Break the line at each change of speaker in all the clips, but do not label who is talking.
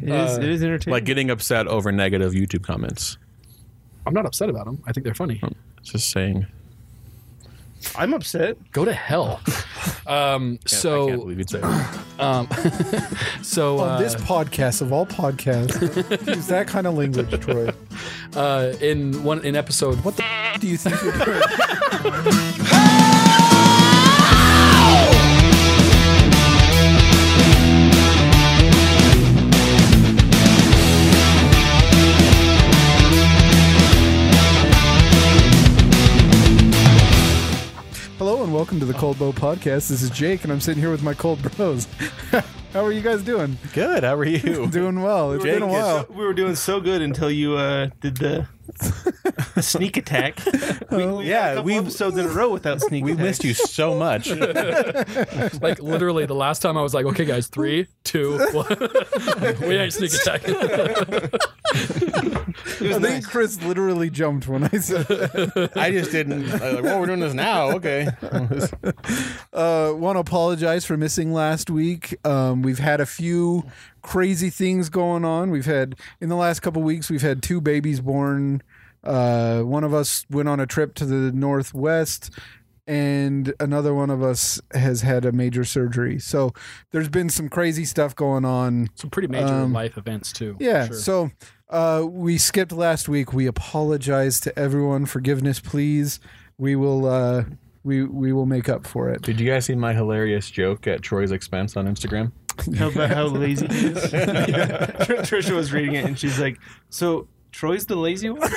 It is,
Uh,
it is entertaining.
Like getting upset over negative YouTube comments. Oh,
I'm not upset about them. I think they're funny.
Just saying.
I'm upset.
Go to hell. Um,
I can't
so,
believe you'd say that.
so
on
uh,
this podcast of all podcasts, use that kind of language, Troy.
uh, in one in episode, what the
Do you think you're doing? Hello and welcome to the Cold Bow Podcast. This is Jake, and I'm sitting here with my cold bros. How are you guys doing?
Good. How are you?
Doing well. It's been a
Jake is-
while.
We were doing so good until you uh, did the, the sneak attack. We, we
Yeah,
had a couple
we-
episodes in a row without sneak.
We
attacks.
missed you so much.
like literally the last time I was like, okay, guys, three, two, one. we ain't sneak attacking.
It was
I think
nice.
Chris literally jumped when I said
I just didn't. I was like, well, we're doing this now. Okay.
uh, want to apologize for missing last week. Um, we've had a few crazy things going on. We've had in the last couple weeks, we've had two babies born. Uh, one of us went on a trip to the northwest, and another one of us has had a major surgery. So there's been some crazy stuff going on.
Some pretty major life events too.
Um, Yeah.
for sure.
So uh, we skipped last week. We apologize to everyone. Forgiveness, please. We will. Uh, we we will make up for it.
Did you guys see my hilarious joke at Troy's expense on Instagram?
How about how lazy he is? Tr- Trisha was reading it and she's like, "So Troy's the lazy one."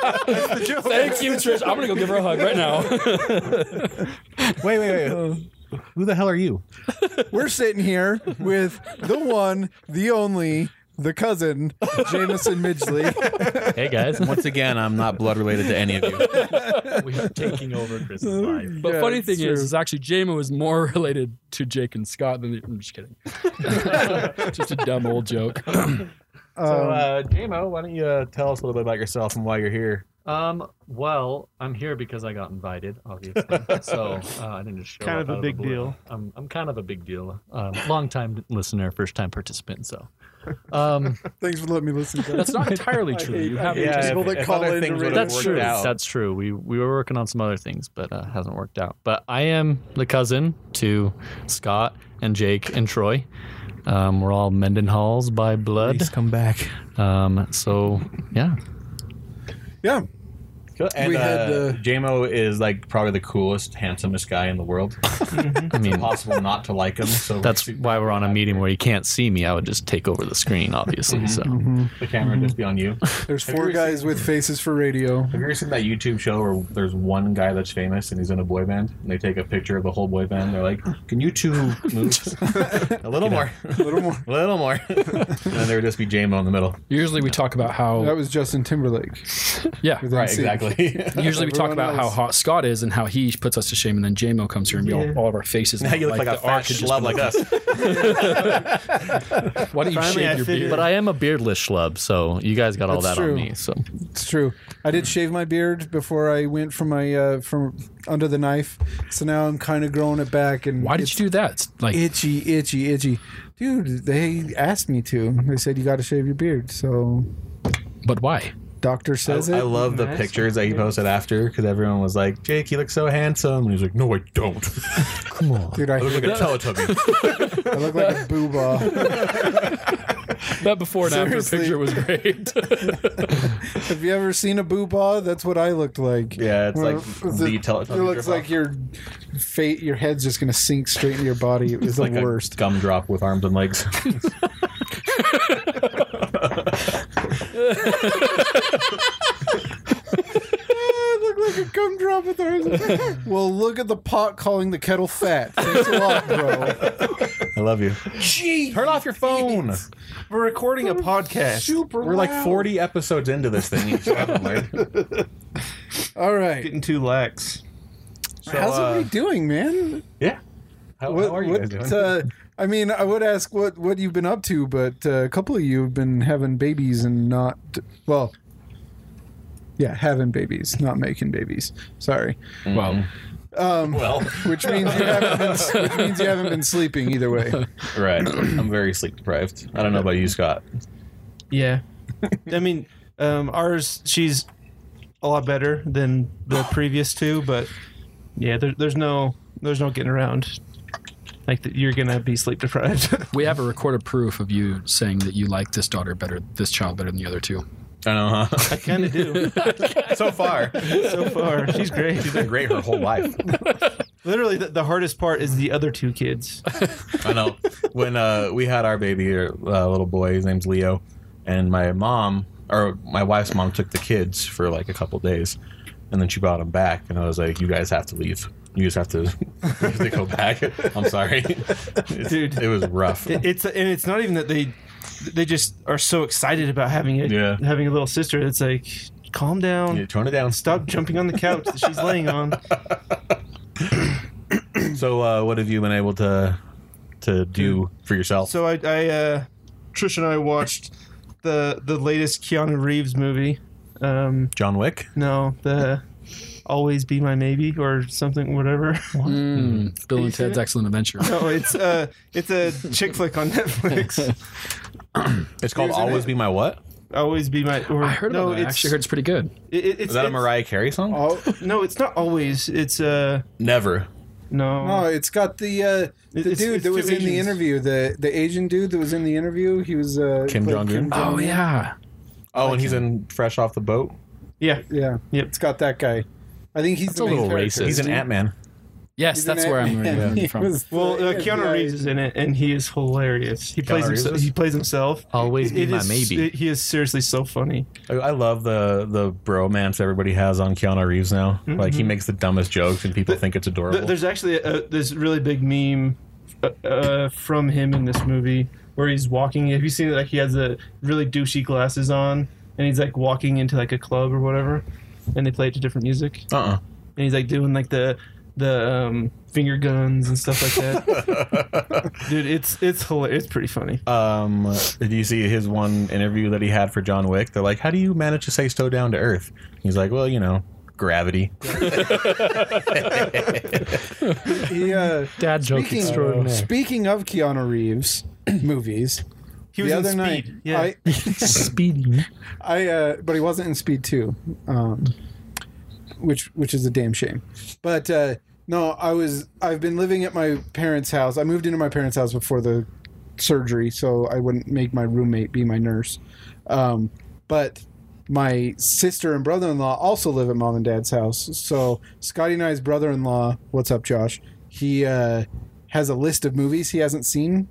Thank you, Trish. I'm gonna go give her a hug right now.
Wait, wait, wait. Who the hell are you?
We're sitting here with the one, the only, the cousin, Jameson Midgley.
Hey guys,
Once again, I'm not blood related to any of you.
we're taking over Chris's
Um,
life.
But
Yeah,
funny
it's
thing is,
true.
is actually Jamie was more related to Jake and Scott than the, I'm just kidding. just a dumb old joke.
So, uh, JMO, why don't you uh, tell us a little bit about yourself and why you're here?
Um, well, I'm here because I got invited, obviously. So uh, I didn't just show
Kind
up
of a
out
big
the blue.
deal.
I'm, I'm kind of a big deal. Um, long time listener, first time participant. So, um,
Thanks for letting me listen. guys.
That's not entirely true. You have
Yeah,
people
if-
that
if
call
other
in
things
to
would've
that's
worked
true.
out.
That's true. We we were working on some other things, but uh, hasn't worked out. But I am the cousin to Scott and Jake and Troy. Um, we're all Mendenhalls by blood.
come back.
Um, so yeah,
Yeah.
Cool. And
We had,
uh,
uh,
JMO is like probably the coolest, handsomest guy in the world. Mm-hmm.
I mean,
Possible not to like him. So
That's why we're on a meeting where you can't see me. I would just take over the screen, obviously. So
Mm-hmm.
the camera would just be on you. Have
There's
you
four
ever
guys with faces for radio.
you ever seen that YouTube show where there's one guy that's famous and he's in a boy band and they take a picture of the whole boy band? They're like, "Can you two move a little more,
A little more.
a little more?" and then there would just be JMO in the middle.
Usually we talk about
That
how
was Justin Timberlake.
yeah.
with NSYNC.
exactly.
Usually we talk
Everyone
about how
else.
hot Scott is and how he puts us to shame, and then JMO comes here and we all, all of our faces.
now you look like, a
the art
fat
could just
schlub
be
like us.
Why don't
Finally,
you
I
shave your
figured-
beard?
But I am a beardless schlub, so you guys got all
That's
that
true.
on me. So
It's true. I did shave my beard before I went from my uh, from under the knife, so now I'm kind of growing it back. And
Why did
it's
you do that? It's Like
Itchy, itchy, itchy, dude. They asked me to. They said you got to shave your beard. So
But why?
doctor says
I
it.
love the pictures that he posted after because everyone was like, "Jake, you look so handsome," and he's like, "No, I don't.
come on.
Dude, I,
I look like a Teletubby."
I look like a boobah.
That before and
Seriously.
after picture was great.
Have you ever seen a boobah? That's what I looked like.
yeah, it's
Well,
like
is
the
it-
Teletubby.
It looks
drip-off.
like your fate, your head's just gonna sink straight into your body. It was the
like a
worst.
gumdrop with arms and legs.
look like a gumdrop with arms. well, look at the pot calling the kettle fat. Thanks a lot, bro.
I love you. Turn off your phone.
We're recording a podcast.
Super.
We're like
loud.
40 episodes into this thing. You still haven't learned.
All right.
Getting too lax.
So,
How's
uh,
everybody doing, man?
Yeah. How,
What?
how are you
what,
guys doing?
Uh, I mean, I would ask what what you've been up to, but uh, a couple of you have been having babies and not well. Yeah, having babies, not making babies. Sorry.
Well,
Um,
Well,
which means you haven't been, which means you haven't been sleeping either way.
right. I'm very sleep deprived. I don't know about you, Scott.
Yeah. I mean, um, ours, she's a lot better than the previous two, but yeah, there, there's no there's no getting around. Like that, you're gonna be sleep deprived.
We have a recorded proof of you saying that you like this daughter better, this child better than the other two.
I know,
I
huh?
kind of do
so far,
so far. She's great.
she's been great her whole life.
Literally, the, the hardest part is the other two kids.
I know. When uh, we had our baby, our uh, little boy, his name's Leo, and my mom or my wife's mom took the kids for like a couple days, and then she brought them back, and I was like, "You guys have to leave. You just have to, you have to go back." I'm sorry, It's-
Dude.
It was rough.
It- it's and it's not even that they they just are so excited about having a
Yeah.
having a little sister. It's like, calm down.
Yeah, tone it down.
Stop jumping on the couch that she's laying on.
So, uh, what have you been able to to do for yourself?
So I, I uh, Trish and I watched the the latest Keanu Reeves movie. Um,
John Wick.
no, the Always Be My Maybe or something, whatever.
Hmm. Bill
you
and
seen
Ted's
it?
Excellent Adventure.
no, it's uh, it's a chick flick on Netflix.
It's called
Who's in
"Always
it?
Be My What."
Always Be My. Or,
I heard
no,
about that. I
It's,
actually heard it's pretty good.
it- it- it's,
Is that a
it's-
Mariah Carey song?
Oh
No, it's not always. It's uh,
Never.
no.
no, Oh, it's got the uh, the
Oh. It's-
dude
it's
that
two
was in the
Asians.
interview, the the Asian dude that was in the interview. He was uh,
Kim
played
Jong-un?
Oh yeah,
Oh, and he's in "Fresh Off the Boat."
Yeah.
Yeah,
Yep.
it's got that guy. I think he's
That's
the
a
main
little
character.
racist.
He's an Ant Man.
yes,
He's
that's
an
where I'm
Ant-
remembering
He
from.
was the
Well, uh, Keanu
FBI.
Reeves is in it, and he is hilarious. He plays
Keanu Reeves
himself.
is?
He plays himself.
Always be
It
my
is-
maybe.
it- he is seriously so funny.
I, I love the the bromance everybody has on Keanu Reeves now. Like he makes the dumbest jokes and people think it's adorable.
Th- There's actually a, this really big meme uh, uh, from him in this movie where he's walking. Have you seen it? Like he has a really douchey glasses on, and he's like walking into like a club or whatever, and they play it to different music,
uh-uh.
and he's like doing like the the um, finger guns and stuff like that. Dude, it's it's hilarious. It's pretty funny.
Uh,
Um, did you see his one interview that he had for John Wick? They're like, "How do you manage to stay so down to earth?" He's like, "Well, you know, gravity."
He, uh,
Dad joke
speaking,
extraordinaire.
speaking of Keanu Reeves movies,
He was
the
in
other
Speed.
night
yeah.
I,
Speeding.
I uh, but he wasn't in Speed Two, um, which which is a damn shame. But uh, no, I was I've been living at my parents' house. I moved into my parents' house before the surgery, so I wouldn't make my roommate be my nurse. Um, but my sister and brother-in-law also live at mom and dad's house. So Scotty and I's brother-in-law, what's up, Josh? He uh, has a list of movies he hasn't seen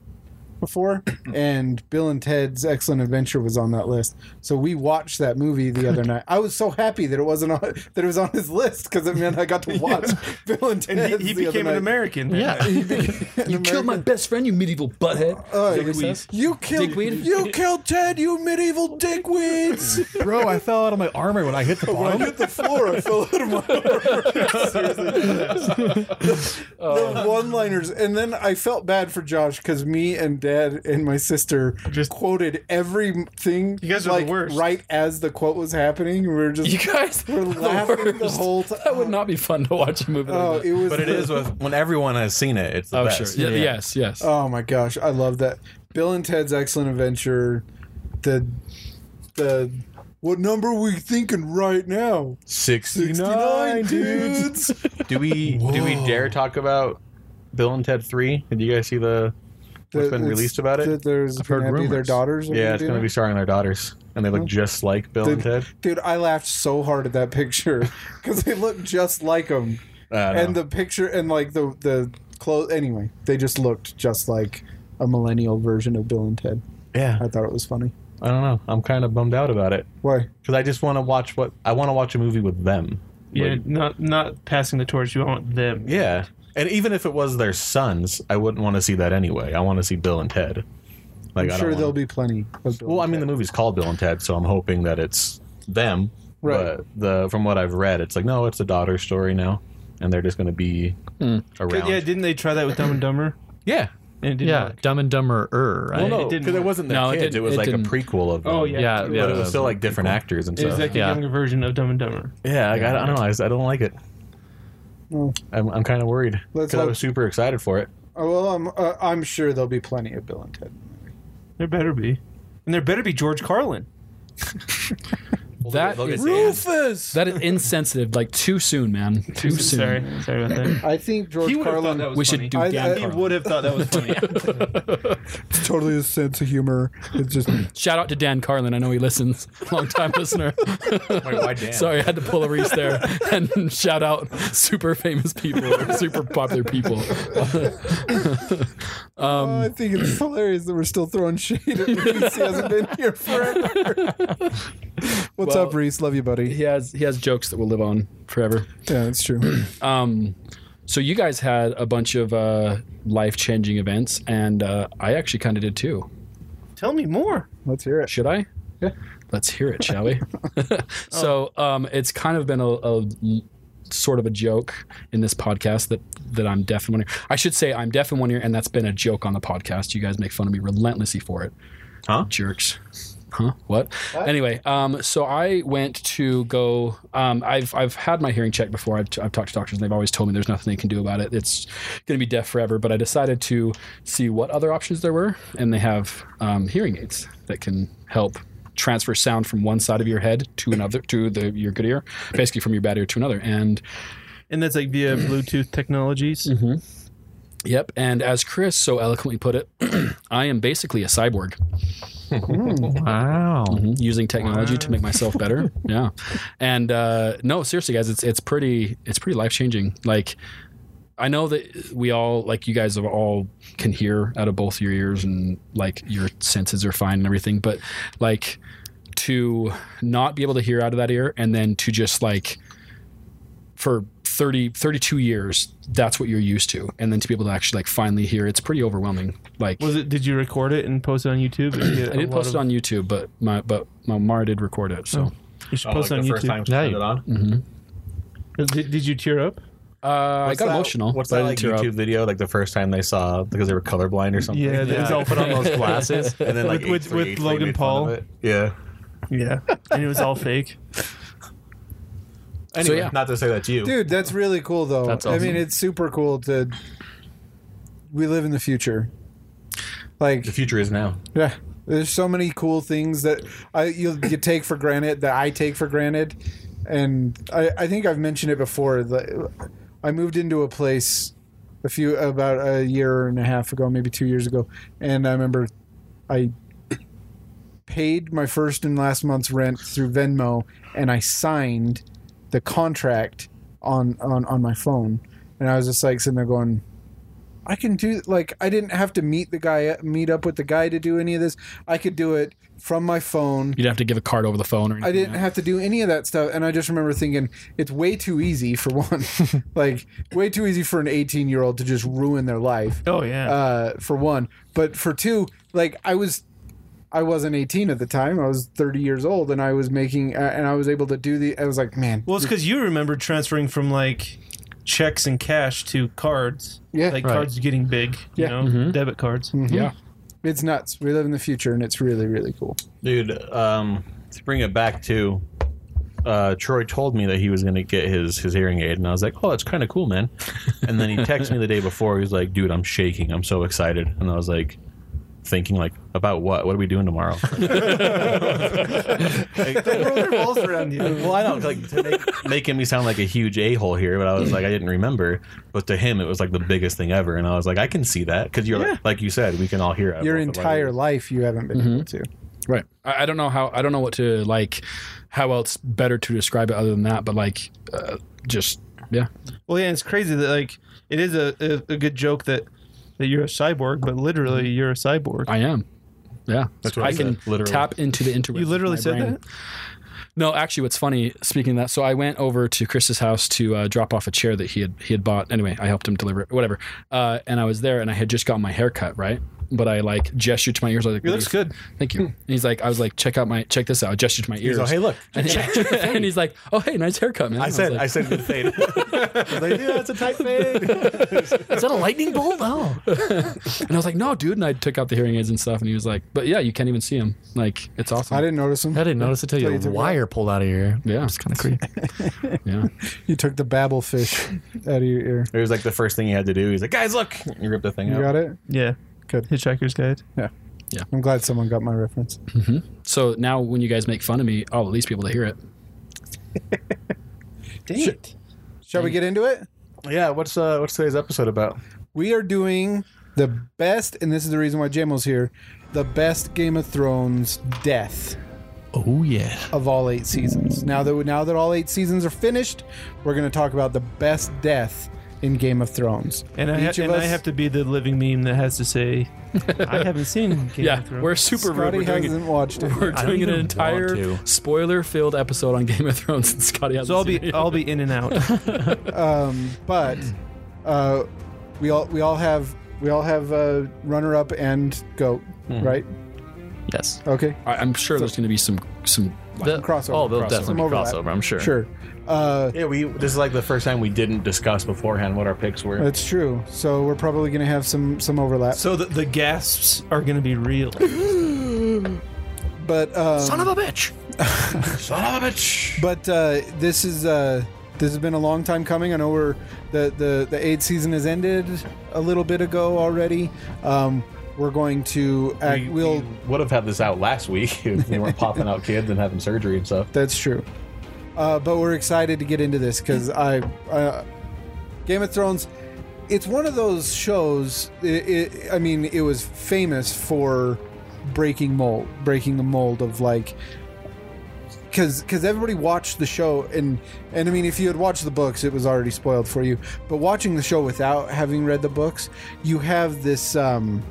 before, and Bill and Ted's Excellent Adventure was on that list. So we watched that movie the other night. I was so happy that it wasn't on, that it was on his list because it meant I got to watch Bill and Ted.
and he, he became an American. then.
Yeah.
You killed my best friend, you medieval butthead.
Oh,
Dickweed.
you killed
Dickweed?
you killed Ted, you medieval dickweeds.
Bro, I fell out of my armor when I hit the
When I hit the floor, I fell out of my the
Um,
one liners. And then I felt bad for Josh because me and dad and my sister
Just-
quoted everything
You guys are the
like,
worst.
right as the quote was happening. We were just
You guys
we're
the
laughing the
worst.
whole time.
That would not be fun to watch a movie.
Oh,
like that.
it was
But it
the-
is with, when everyone has seen it. It's the
Oh,
best.
sure.
Yeah, Yes, yes.
Oh my gosh, I love that. Bill and Ted's Excellent Adventure. The the what number we thinking right now?
69 dudes. do we do we dare talk about Bill and Ted 3? Did you guys see the what's been
It's-
released about it?
that There's
heard
gonna be their
rumors.
daughters. are
yeah, it's
do
going to
that?
be starring their daughters and they look just like Bill and Ted.
Dude, I laughed so hard at that picture because they look just like them,
I don't
and
know.
the picture and like the the clothes. Anyway, they just looked just like a millennial version of Bill and Ted.
yeah,
I thought it was funny.
I don't know. I'm kind of bummed out about it
Why?
cuz I just want to watch what I want to watch a movie with them.
Yeah,
Like,
not not passing the torch. You want them.
yeah. And even if it was their sons, I wouldn't want to see that anyway. I want to see Bill and Ted. Like
I'm
I don't
sure
wanna-
there'll be plenty. Of Bill
Well, I
and
mean, the
Ted.
movie's called Bill and Ted, so I'm hoping that it's them.
Right.
But the from what I've read, it's like no, it's a daughter story now, and they're just going to be
Hmm.
around.
Yeah, didn't they try that with Dumb and Dumber?
yeah.
And it didn't
Yeah,
work.
Dumb and Dumber. er, Right.
Well, no,
it didn't
because it,
work.
wasn't their
No, it
kids. It,
didn't-
was
it
like
didn't.
a prequel of.
Oh
them.
yeah.
Yeah,
it
yeah.
But
was.
it was still like different actors and
It was
stuff.
like
Yeah.
a younger version of Dumb and Dumber.
yeah, like, I, don't- I don't know. I, just- I don't like it.
Hmm.
Well,
I'm, I'm kind of worried
Let's
because I
hope-
was super excited for it.
oh, well, I'm uh, I'm sure there'll be plenty of Bill and Ted.
There better be. And there better be George Carlin.
That
Look at
is,
Dan.
Rufus.
that is insensitive. Like too soon, man. Too soon.
Sorry, sorry about that.
I think George Carlin
We should do
I- I-
Dan
He
Carlin.
would have thought that was funny.
totally a sense of humor. It's just
Shout out to Dan Carlin. I know he listens. Long time listener.
Wait, why Dan?
Sorry, I had to pull a reach there and shout out super famous people, or super popular people.
Oh, I think it's hilarious that we're still throwing shade at Reese. He hasn't been here forever. What's
Well-
up, Reese? Love you, buddy.
He has he has jokes that will live on forever.
Yeah, that's true.
Um, so you guys had a bunch of uh, life changing events, and uh, I actually kind of did too.
Tell me more.
Let's hear it.
Should I? Yeah. Let's hear it, shall we? so um, it's kind of been a, a sort of a joke in this podcast that that I'm deaf in one ear. I should say I'm deaf in one ear, and that's been a joke on the podcast. You guys make fun of me relentlessly for it.
Huh?
Jerks. Huh? What? Anyway, um, so I went to go. Um, I've I've had my hearing checked before. I've, I've talked to doctors, and they've always told me there's nothing they can do about it. It's going to be deaf forever. But I decided to see what other options there were, and they have um, hearing aids that can help transfer sound from one side of your head to another to the your good ear, basically from your bad ear to another. And
And that's like via Bluetooth technologies.
Yep, and as Chris so eloquently put it, I am basically a cyborg Mm-hmm.
Wow.
using technology to make myself better. yeah, and uh, no, seriously, guys, it's it's pretty it's pretty life changing. Like, I know that we all like you guys have all can hear out of both your ears and like your senses are fine and everything, but like to not be able to hear out of that ear and then to just like for 30 32 years that's what you're used to and then to be able to actually like finally hear it's pretty overwhelming like
Was it? Did you record it and post it on YouTube?
I did post it on YouTube, but my but my Mara did record it. So
You should
Oh,
post
like
it
the
on
first
YouTube.
time she turned
Yeah.
it on.
Did, did you tear up?
uh, I
What's
got
that-
emotional.
What's
but I
that
didn't
like
tear up.
YouTube video? Like the first time they saw because they were colorblind or something.
Yeah,
Yeah,
that-
all put on those glasses.
And then like
With- with-
eighth grade-
with
eighth grade
Logan
made fun
Paul.
of it. Yeah.
Yeah, and it was all fake.
Anyway,
yeah.
not to say that to you.
Dude, that's really cool, though.
That's
I mean,
awesome.
it's super cool to. We live in the future. Like,
The future is now.
yeah. There's so many cool things that I you, you take for granted that I take for granted, and I, I think I've mentioned it before. that I moved into a place a few about a year and a half ago, maybe two years ago, and I remember I paid my first and last month's rent through Venmo, and I signed the contract on on on my phone, and I was just like sitting there going. I can do like I didn't have to meet the guy meet up with the guy to do any of this. I could do it from my phone.
You didn't have to give a card over the phone or anything.
I didn't have to do any of that stuff and I just remember thinking it's way too easy for one. like way too easy for an 18-year-old to just ruin their life
Oh yeah.
uh, for one. But for two, like I was, I wasn't 18 at the time. I was 30 years old, and I was making, uh, and I was able to do the. I was like, man,
well, it's because you remember transferring from like checks and cash to cards.
Yeah.
like
Right.
cards getting big. You
Yeah.
know, debit cards.
Yeah.
it's nuts. We live in the future, and it's really, really cool.
Dude, um, to bring it back to, uh, Troy told me that he was gonna get his his hearing aid, and I was like, "Oh, that's kind of cool, man." And then he texted me the day before. He was like, "Dude, I'm shaking. I'm so excited." And I was like, thinking like, "About what? What are we doing tomorrow?"
the world revolves around you.
well, I don't like to make, making me sound like a huge a hole here, but I was like, I didn't remember. But to him, it was like the biggest thing ever, and I was like, I can see that because you're like, you said, we can all hear it.
Your entire life, you haven't been able
Mm-hmm.
to.
Right. I, I don't know how. I don't know what to like. How else better to describe it other than that? But like, uh, just yeah.
Well, yeah, it's crazy that like it is a, a, a good joke that that you're a cyborg, but literally
Mm-hmm.
you're a cyborg.
I am. Yeah.
That's what I
I can
said, literally.
tap into the intuition.
you literally
of my
said
brain.
that.
No, actually, what's funny, speaking of that, so I went over to Chris's house to uh, drop off a chair that he had he had bought. Anyway, I helped him deliver it, whatever. Uh, and I was there, and I had just gotten my hair cut, right? but I like gestured to my ears. I was like,
It looks
"What
good.
do you- Thank you. And he's like, I was like, check out my check this out. I gestured to my ears.
He's like, hey, look.
And, he- and he's like, oh hey, nice haircut, man.
I said,
was
I
like,
said good fade. like, yeah, it's a tight fade.
Is that a lightning bolt? Oh,
and I was like, no, dude. And I took out the hearing aids and stuff, and he was like, but yeah, you can't even see him. Like, it's awesome.
I didn't notice him.
I didn't notice it till
Till you
your
took it out.
wire pulled out of your ear.
Yeah.
it's kind of creepy.
Yeah.
You took the babble fish out of your ear.
It was like the first thing he had to do. He's like, guys, look. You ripped the thing
You
out.
got it?
Yeah.
Good.
Hitchhiker's Guide.
I'm glad someone got my reference.
So now when you guys make fun of me, I'll at least be able to hear it.
Dang it.
Shall we get into it?
Yeah, what's uh, what's today's episode about?
We are doing the best, and this is the reason why Jamel's here, the best Game of Thrones death
Oh yeah.
of all eight seasons. Now that now that all eight seasons are finished, we're going to talk about the best death in Game of Thrones.
And, I, ha-
Each of
and I
us-
have to be the living meme that has to say, I haven't seen Game
Yeah,
of Thrones.
we're super rude.
Scotty
We're doing,
hasn't watched it.
we're
I don't
doing an
even
entire
want to.
spoiler-filled episode on Game of Thrones, and Scotty hasn't.
so I'll
seen
be
it.
I'll be in and out.
Um, but uh, we all we all have we all have uh, runner up and goat,
Mm-hmm.
right?
Yes.
Okay,
I, I'm sure there's going to be some some. Like,
The,
crossover,
Oh, there'll
crossover.
definitely be
Some overlap.
crossover. I'm sure.
sure. Uh,
Yeah, we this is like the first time we didn't discuss beforehand what our picks were.
that's true. So we're probably going to have some some overlap.
so the, the gasps are going to be real.
but um,
a bitch.
Son of a bitch.
But uh, this is uh, this has been a long time coming. I know we're the the the aid season has ended a little bit ago already. Um, we're going to act,
We,
we, will
would have had this out last week if we weren't popping out kids and having surgery and stuff.
That's true. Uh, but we're excited to get into this because I, uh, Game of Thrones, it's one of those shows. It, it, I mean, it was famous for breaking mold, breaking the mold of like, because because everybody watched the show and and I mean, if you had watched the books, it was already spoiled for you. But watching the show without having read the books, you have this. Um,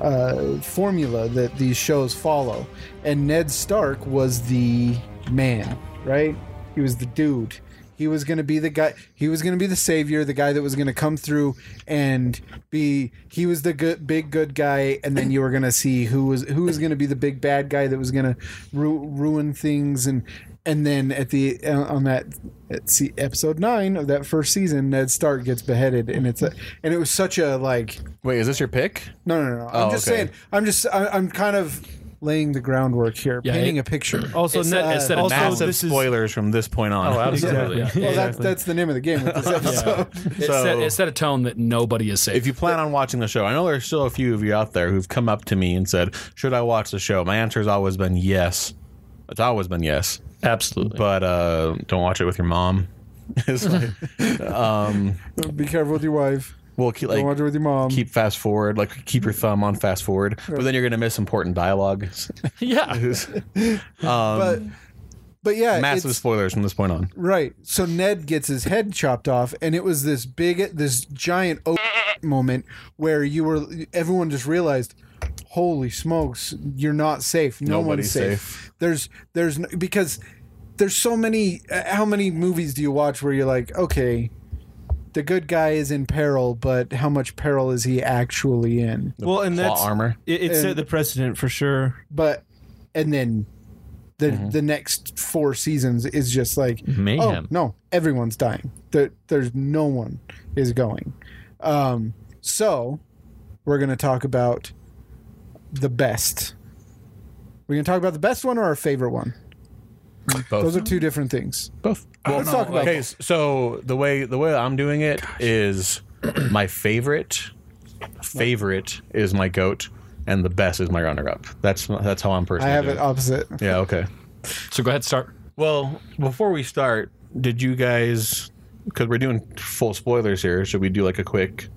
uh, formula that these shows follow. And Ned Stark was the man, right? He was the dude. He was going to be the guy. He was going to be the savior, the guy that was going to come through and be. He was the good, big good guy, and then you were going to see who was who was going to be the big bad guy that was going to ru- ruin things. And and then at the uh, on that at see, episode nine of that first season, Ned Stark gets beheaded, and it's a, and it was such a like
Wait, is this your pick?
no, no, no. no. I'm
Oh,
just
okay.
saying. I'm just. I, I'm kind of laying the groundwork here,
Yeah,
painting
it-
a picture.
Also,
It's that-
Ned-
it's that
also
Massive
this is-
spoilers from this point on.
Oh,
Exactly.
absolutely.
Yeah.
well, that's
exactly.
that's the name of the game with this episode.
it,
so-
set, it set a tone that nobody is safe.
if you plan on watching the show, I know there's still a few of you out there who've come up to me and said, "Should I watch the show?" My answer has always been yes. It's always been yes,
Absolutely.
but uh, don't watch it with your mom. It's like,
Be careful with your wife.
well, keep,
Don't
like,
watch it with your mom.
keep fast forward, like keep your thumb on fast forward, but then you're gonna miss important dialogue.
yeah.
but but yeah,
um, Massive
it's-
spoilers from this point on.
Right. So Ned gets his head chopped off, and it was this big, this giant o- moment where you were, everyone just realized, holy smokes, you're not safe. No
Nobody's
one's safe. There's, there's, n- because there's so many, uh, how many movies do you watch where you're like, okay, the good guy is in peril, but how much peril is he actually in?
well, and
Plot
that's
armor.
It, it set
and-
the precedent for sure.
But, and then. The,
Mm-hmm.
the next four seasons is just like
Mayhem.
Oh no, everyone's dying. There, there's no one is going. Um, so we're gonna talk about the best. We're gonna talk about the best one or our favorite one.
Both.
Those are two different things.
Both.
Let's talk about
okay, so the way the way I'm doing it is my favorite favorite is my goat, and the best is my runner up. That's that's how I'm
I
personally.
have
doing
it opposite.
Yeah. Okay.
so go ahead, start.
Well, before we start, did you guys? Because we're doing full spoilers here, should we do like a quick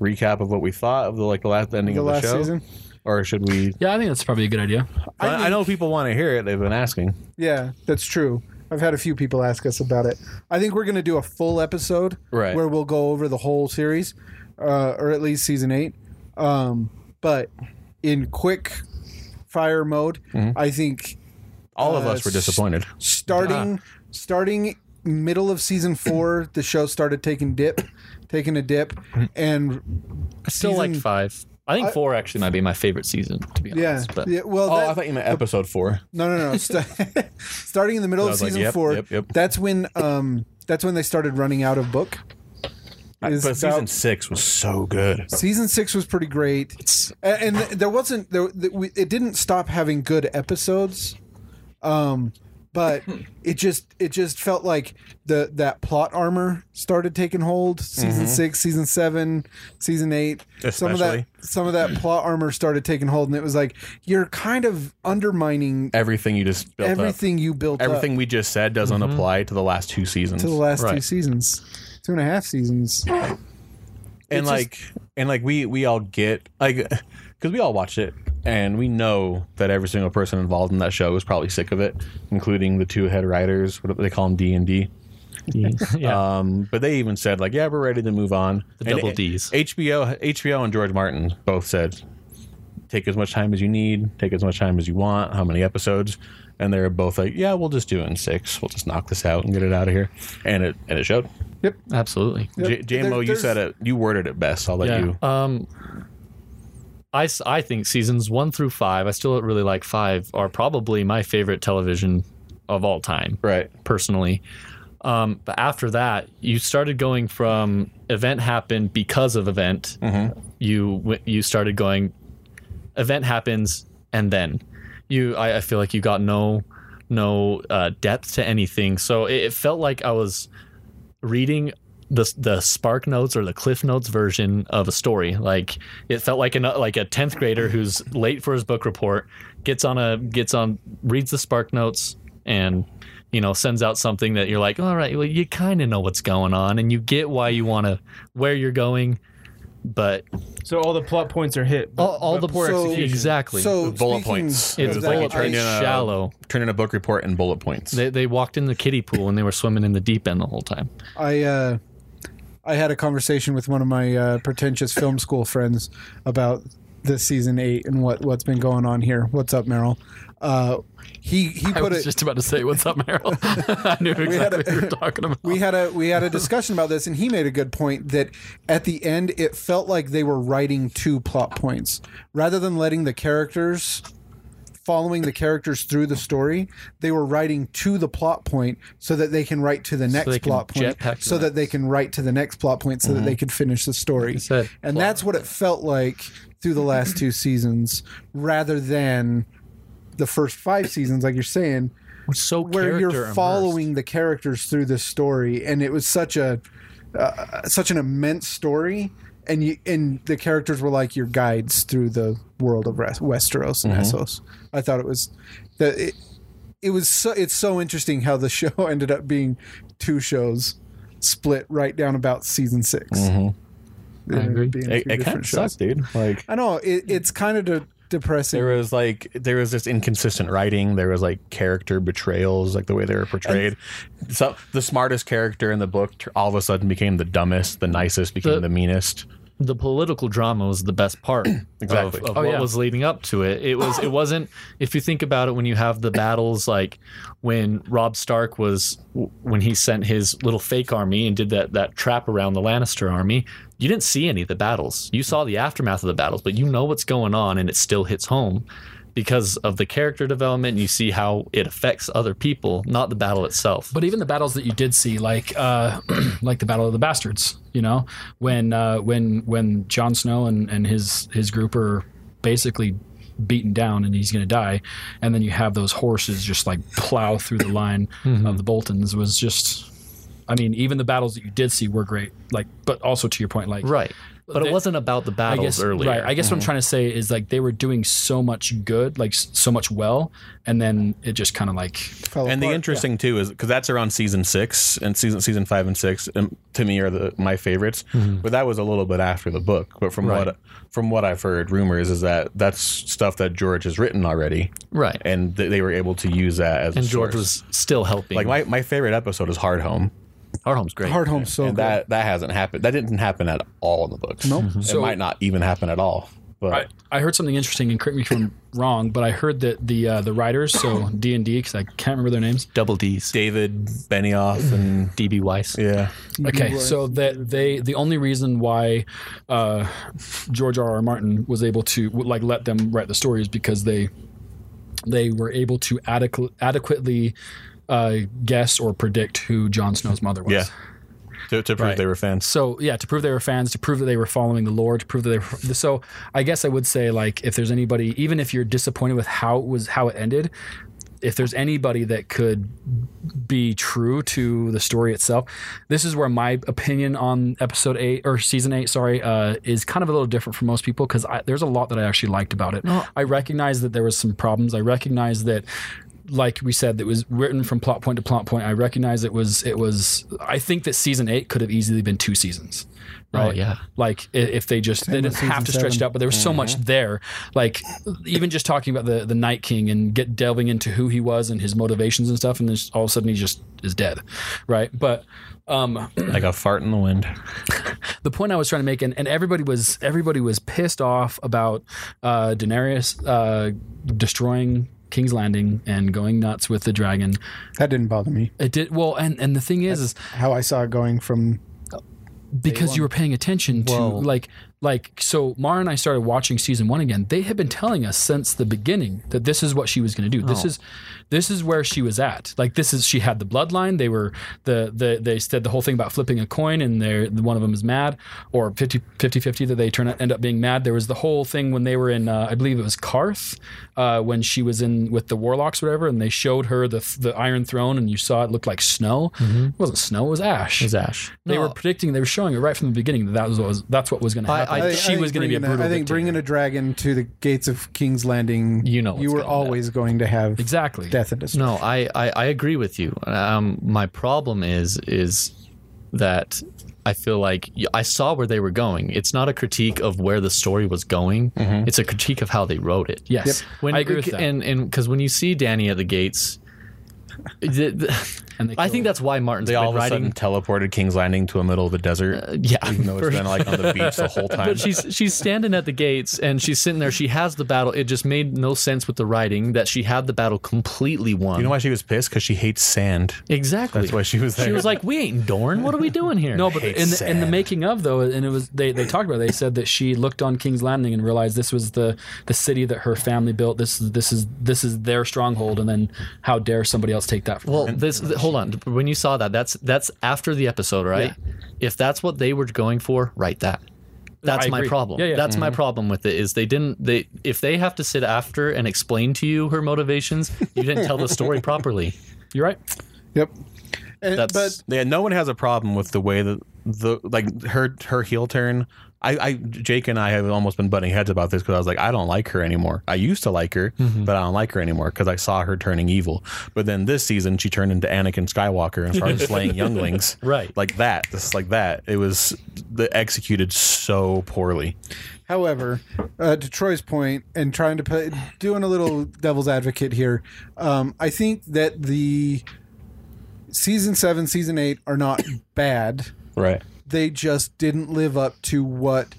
recap of what we thought of the like the last ending
The
of the
last
show,
season.
or should we?
Yeah, I think that's probably a good idea.
I, I know people want to hear it; they've been asking.
Yeah, that's true. I've had a few people ask us about it. I think we're gonna do a full episode
Right.
where we'll go over the whole series, uh, or at least season eight. Um, but in quick fire mode,
Mm-hmm.
I think
All of
Uh,
us were disappointed.
starting
Ah.
starting middle of season four
Mm-hmm.
the show started taking dip taking a dip and
I still
season-
liked five. I think
I-
four actually might be my favorite season, to be
Yeah.
honest. But
yeah. Well,
Oh,
that-
I thought you meant episode four.
no, no, no. Sta- starting in the middle
I
of
was like,
season
yep,
four,
yep, yep.
that's when um, that's when they started running out of book. Is
but season
about-
six was so good.
season six was pretty great,
It's-
A- and, th- there wasn't there. th- we- It didn't stop having good episodes, um, but it just it just felt like the that plot armor started taking hold. Season six, season seven, season eight. Some of that
Mm-hmm. Especially.
some of that plot armor started taking hold, and it was like you're kind of undermining
Everything you just built up.
everything you built. up. Mm-hmm.
Everything we just said doesn't apply to the last two seasons.
to the last two
Right.
seasons, two and a half seasons.
and like and like we we all get like because we all watched it and we know that every single person involved in that show was probably sick of it including the two head writers what do they call them d&d
yeah,
um, but they even said like yeah we're ready to move on
the
And
double
it-
D's.
hbo hbo and george martin both said take as much time as you need take as much time as you want how many episodes and they're both like yeah we'll just do it in six we'll just knock this out and get it out of here and it and it showed
Absolutely.
J- jmo
There-
you
there's-
said it you worded it best i'll let
Yeah.
you
Um, I, s- I think seasons one through five, I still really like five, are probably my favorite television of all time,
right
personally. Um, but after that, you started going from event happened because of event. You went- you started going, event happens and then you. I, I feel like you got no no uh, depth to anything, so it, it felt like I was reading the the spark notes or the cliff notes version of a story like it felt like an like a 10th grader who's late for his book report gets on a gets on reads the spark notes and you know sends out something that you're like all right well you kind of know what's going on and you get why you want to where you're going but
So all the plot points are hit. but-
all, all
but
the
poor
so-
execution.
exactly
So
Bullet
speaking
points.
of
it's
It's
that,
like you turned
it's
in a-
shallow
turn in a book report and bullet points.
they, they walked in the kiddie pool and they were swimming in the deep end the whole time
I uh, I had a conversation with one of my uh, pretentious film school friends about the season eight and what what's been going on here. What's up, Meryl? Uh, he he
I
put
was
it.
just about to say, "What's up, Meryl?" I knew exactly
had a-
what you were talking about.
we had a we had a discussion about this, and he made a good point that at the end it felt like they were writing two plot points rather than letting the characters following the characters through the story. They were writing to the plot point so that they can write to the next
they can
plot point,
jetpack to
so
the Mm-hmm.
that they can write to the next plot point, so that they could finish the story.
said,
and that's what it felt like through the last two seasons, rather than the first five seasons, like you're saying
so
where
character
you're
immersed.
following the characters through this story, and it was such a uh, such an immense story, and you and the characters were like your guides through the world of Res- Westeros
Mm-hmm.
and Essos. I thought it was that it, it was so it's so interesting how the show ended up being two shows split right down about season 6
I agree.
Being
Mm-hmm. it
two
it kind
different
of
shows.
sucks, dude. Like
I know it, it's kind of de- depressing.
there was like there was just inconsistent writing. There was like character betrayals, like the way they were portrayed. so the smartest character in the book t- all of a sudden became the dumbest. The nicest became the,
The-
meanest.
the political drama was the best part
Exactly.
of, of
Oh,
what
yeah.
was leading up to it. It was it wasn't if you think about it when you have the battles like when Rob Stark was when he sent his little fake army and did that that trap around the Lannister army, you didn't see any of the battles. You saw the aftermath of the battles, but you know what's going on and it still hits home because of the character development and you see how it affects other people, not the battle itself.
But even the battles that you did see, like uh, like the Battle of the Bastards, you know, when uh, when when Jon Snow and, and his his group are basically beaten down and he's going to die, and then you have those horses just like plow through the line
Mm-hmm.
of the Boltons was just. I mean, even the battles that you did see were great. Like, but also to your point, like
right. But
They-
it wasn't about the
I
battles
guess
earlier. Mm-hmm.
right. I guess what I'm trying to say is like they were doing so much good, like s- so much well, and then it just kind of like
fell
and the
apart.
interesting too is because that's around season six and season season five and six um, to me are the my favorites
Mm-hmm.
but that was a little bit after the book but from what from what i've heard rumors is that that's stuff that george has written already
right. And,
and th- they were able to use that as a
George
source.
was still helping.
like my, my favorite episode is hard home
Hardhome's great.
Hard home so
and
good.
that that hasn't happened that didn't happen at all in the books
Nope.
it might not even happen at all but
I, I heard something interesting, and correct me if I'm wrong, but I heard that the uh, the writers, so D and D, because I can't remember their names.
Double D's.
David Benioff and
DB Weiss.
yeah,
Okay, so that they the only reason why uh, George R. R. Martin was able to w- like let them write the story is because they they were able to adequ- adequately uh, guess or predict who Jon Snow's mother was.
yeah. To, to prove
Right.
they were fans.
So yeah, to prove they were fans, to prove that they were following the Lord, to prove that they were. So I guess I would say like if there's anybody, even if you're disappointed with how it was how it ended, if there's anybody that could be true to the story itself, this is where my opinion on episode eight or season eight, sorry, uh, is kind of a little different from most people because there's a lot that I actually liked about it. I recognize that there was some problems. I recognize that like we said, that was written from plot point to plot point. I recognize it was it was. I think that season eight could have easily been two seasons. Right?
yeah.
Like i- if they just they didn't
with
have
season
to stretch it
seven.
out, but there was so much there. Like even just talking about the the Night King and get delving into who he was and his motivations and stuff, and then just all of a sudden he just is dead, right? But um,
Like a fart in the wind.
the point I was trying to make, and, and everybody was everybody was pissed off about uh, Daenerys uh, destroying King's Landing and going nuts with the dragon.
That didn't bother me.
It did well, and and the thing is, is
How I saw it going from
because you were paying attention to like like so Mara and I started watching season 1 again they had been telling us since the beginning that this is what she was going to do this is this is where she was at like this is she had the bloodline they were the the they said the whole thing about flipping a coin and they one of them is mad or 50 50 50 that they turn end up being mad there was the whole thing when they were in uh, I believe it was Karth uh, when she was in with the warlocks whatever and they showed her the the iron throne and you saw it looked like snow it wasn't snow Mm-hmm. it was ash
Is Ash.
they were predicting. They were showing it right from the beginning that that was what was that's what was going to happen.
I-
she was going to be a
bringing
brutal.
I think
victim.
bringing a dragon to the gates of King's Landing,
You know
you
what's
were
gonna happen.
always going to have
exactly.
death and destruction.
No, I, I, I agree with you. Um, my problem is is that I feel like y- I saw where they were going. It's not a critique of where the story was going.
Mm-hmm.
It's a critique of how they wrote it.
Yes,
When
I
you
agree with
look-
that.
And and because when you see Danny at the gates, the, the,
And they
I think
kill-
that's why Martin's
They
been
all of a sudden
writing.
teleported King's Landing to the middle of the desert.
yeah,
even though it's been like on the beach the whole time.
Uh, but she's she's standing at the gates and she's sitting there. She has the battle. It just made no sense with the writing that she had the battle completely won.
you know why she was pissed? Because she hates sand.
Exactly.
That's why she was there.
She was like, "We ain't Dorn. What are we doing here?"
no, but
hate
in the, in the
sand.
making of though, and it was they, they talked about. It, they said that she looked on King's Landing and realized this was the the city that her family built. This is this is this is their stronghold, and then how dare somebody else take that from
Well,
her?
this th- hold on. When you saw that, that's that's after the episode, right? If that's what they were going for, write that. That's
I
my
agree.
problem.
Yeah, yeah.
That's
Mm-hmm.
my problem with it is they didn't they if they have to sit after and explain to you her motivations, you didn't tell the story properly.
You're right.
Yep. And-
That's
but
Yeah, no one has a problem with the way that the like her her heel turn. I, I Jake and I have almost been butting heads about this because I was like, I don't like her anymore. I used to like her, but I don't like her anymore because I saw her turning evil. But then this season, she turned into Anakin Skywalker and started slaying younglings,
Right.
Like that, just like that. It was the executed so poorly.
However, uh, to Troy's point, and trying to put, doing a little devil's advocate here, um, I think that the season seven, season eight are not bad.
Right.
They just didn't live up to what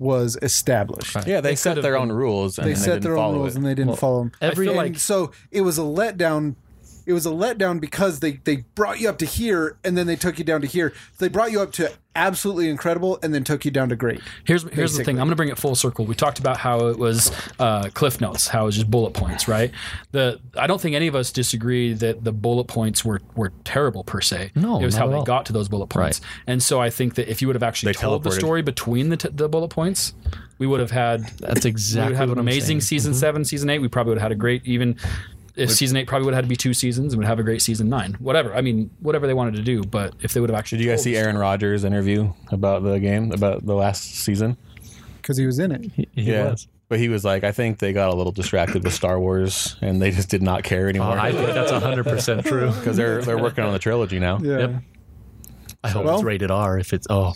was established.
Yeah, they, set
could've
their own
been-
rules and
They
then
set
didn't
their own
follow
rules
it.
and they didn't follow them.
every-
and
like-
so it was a letdown. It was a letdown because they they brought you up to here and then they took you down to here. They brought you up to absolutely incredible and then took you down to great.
Here's here's the thing. I'm going to bring it full circle. We talked about how it was uh, cliff notes, how it was just bullet points, right? The I don't think any of us disagree that the bullet points were were terrible per se.
No,
it was
not
how
at
they
all.
got to those bullet points. And so I think that if you would have actually
They
told the
teleported.
story between the, t- the bullet points, we would have had
That's
we would
exactly
have had
what
an
I'm
amazing
saying. Mm-hmm.
season seven, season eight. We probably would have had a great even. If season eight probably would have had to be two seasons, and would have a great season nine. Whatever. I mean, whatever they wanted to do, but if they would have actually,
Did you guys
told
see
the
Aaron Rodgers' interview about the game, about the last season?
Because he was in it.
He
yeah.
was.
But he was like, I think they got a little distracted with Star Wars, and they just did not care anymore
Oh, I think that's 100% true.
because they're they're working on the trilogy now.
Yeah.
Yep. I hope
Well-
it's rated R if it's oh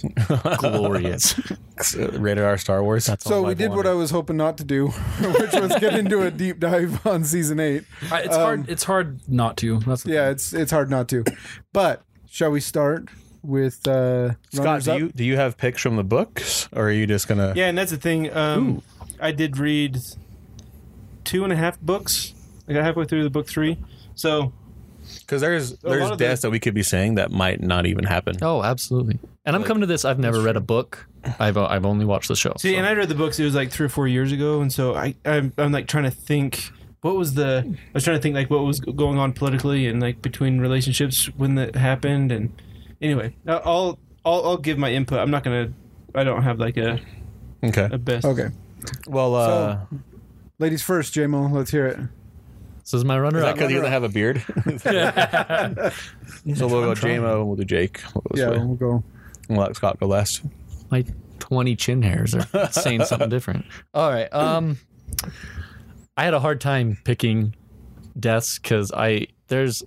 glorious.
uh, Rated R Star Wars. That's
So we did what I was hoping not to do, which was get into a deep dive on season eight.
I, it's hard. It's hard not to. That's the
Um, Yeah, it's it's hard not to. But shall we start with uh,
Scott,
runners
do
up?
you do you have picks from the books, or are you just gonna?
Yeah, and that's the thing. Um, I did read two and a half books. I got halfway through the book three, so
Because there's
lot
there's
of
deaths
the-
that we could be saying that might not even happen.
Oh, absolutely. And I'm coming to this. I've never read a book. I've I've only watched the show.
See,
so.
and I read the books. It was like three or four years ago, and so I, I'm, I'm like trying to think what was the. I was trying to think like what was going on politically and like between relationships when that happened, and anyway, I- I'll, I'll, I'll give my input. I'm not gonna. I don't have like a,
Okay.
Uh,
a best.
Okay.
Well, uh,
Ladies first, JMO. Let's hear it.
so this is my runner
is that
up.
because he doesn't have a beard? so we'll go JMO and we'll do Jake. We'll go this
yeah,
way.
we'll go.
We'll let Scott go last.
my 20 chin hairs are saying something different. All right. Um, I had a hard time picking deaths because I there's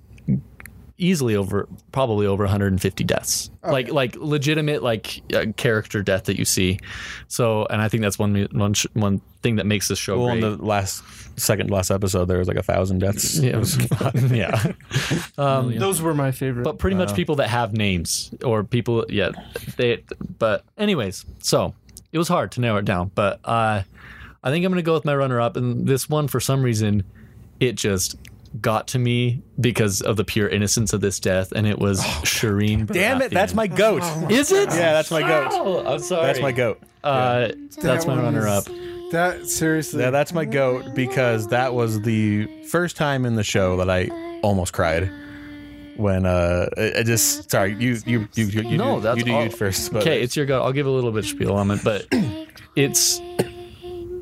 easily over probably over 150 deaths, like like legitimate like uh, character death that you see. So, and I think that's one one sh- one thing that makes this show
Well, in
great.
the last second last episode, there was like a thousand deaths.
yeah, it was- yeah. Um,
Those were my favorite.
but pretty
Uh-huh.
much people that have names or people yeah they but anyways so it was hard to narrow it down but uh i think i'm gonna go with my runner up and this one for some reason it just got to me because of the pure innocence of this death and it was shireen
Oh, Damn it! That's my goat.
is it
Yeah, that's my goat.
oh i'm sorry
That's my goat.
uh that's my
one
runner up
That seriously.
Yeah, that's my goat because that was the first time in the show that I almost cried. When uh, I I just sorry you you you you, you
No,
do,
that's
you do
all-
you first. But
okay it's your goat i'll give a little bit spiel on it but it's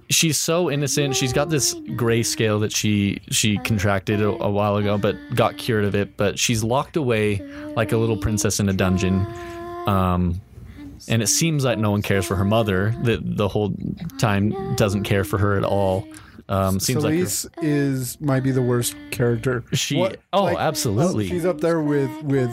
she's so innocent. She's got this grayscale that she she contracted a, a while ago, but got cured of it. But she's locked away like a little princess in a dungeon. Um, and it seems like no one cares for her mother. The the whole time doesn't care for her at all. Um, seems like her-
Celise is might be the worst character.
she. oh,
like,
absolutely.
She's up there with with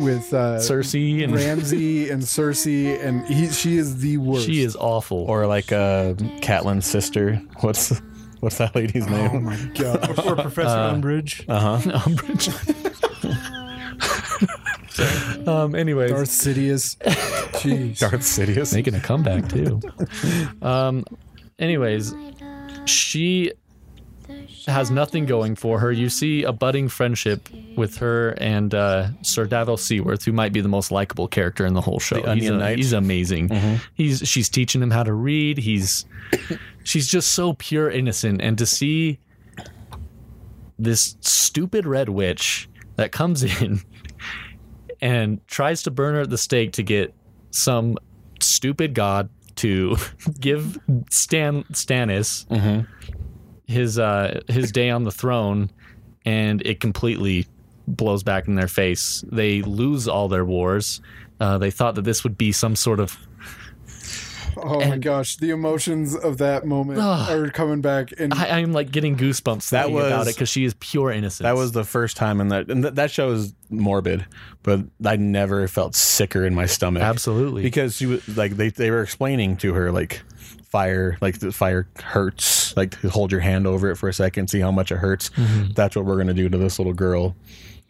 with uh,
Cersei and
Ramsey and Cersei, and he, she is the worst.
she is awful.
or like uh, Catelyn's sister. What's what's that lady's
Oh
name?
my god.
uh,
or Professor Umbridge.
Umbridge. um. Anyways,
Darth Sidious. Jeez.
Darth Sidious.
making a comeback too. um, anyways, she has nothing going for her. You see a budding friendship with her and uh, Sir Davil Seaworth, who might be the most likable character in the whole show.
The
he's,
Onion Knight. Mm-hmm.
he's amazing. He's she's teaching him how to read. He's she's just so pure innocent, and to see this stupid red witch that comes in and tries to burn her at the stake to get some stupid god to give Stan Stannis his uh his day on the throne and it completely blows back in their face. They lose all their wars. Uh, they thought that this would be some sort of
Oh my gosh. The emotions of that moment are coming back and
I, I'm like getting goosebumps
That
thinking about
was-
it because she is pure innocence.
That was the first time in that, and th- that show is morbid, but I never felt sicker in my stomach.
absolutely
because she was like they, they were explaining to her like fire like the fire hurts like to hold your hand over it for a second see how much it hurts that's what we're gonna do to this little girl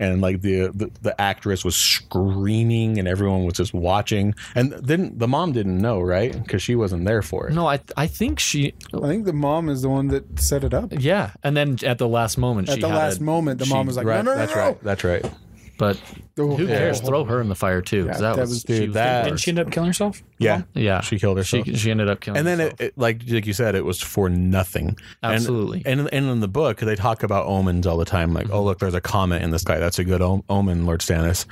and like the, the the actress was screaming and everyone was just watching and didn't the mom didn't know right because she wasn't there for it
no, I I think she
I think the mom is the one that set it up.
yeah, and then at the last moment
At
she
the
had
last
a-
moment, the mom was like,
right
"No, no, no,
that's
no."
right that's right
but
The
who
whole-
cares? Throw her in the fire too. 'cause
Yeah,
that,
that
was,
was-
she
dude,
was
that-
the
Didn't
worst.
she end up killing herself?
yeah
yeah,
She killed herself.
She, she ended up killing.
and then it,
herself.
it- like like you said, it was for nothing. And-
Absolutely.
And, and in the book, they talk about omens all the time. Like, oh look, there's a comet in the sky. That's a good om- omen, Lord Stannis.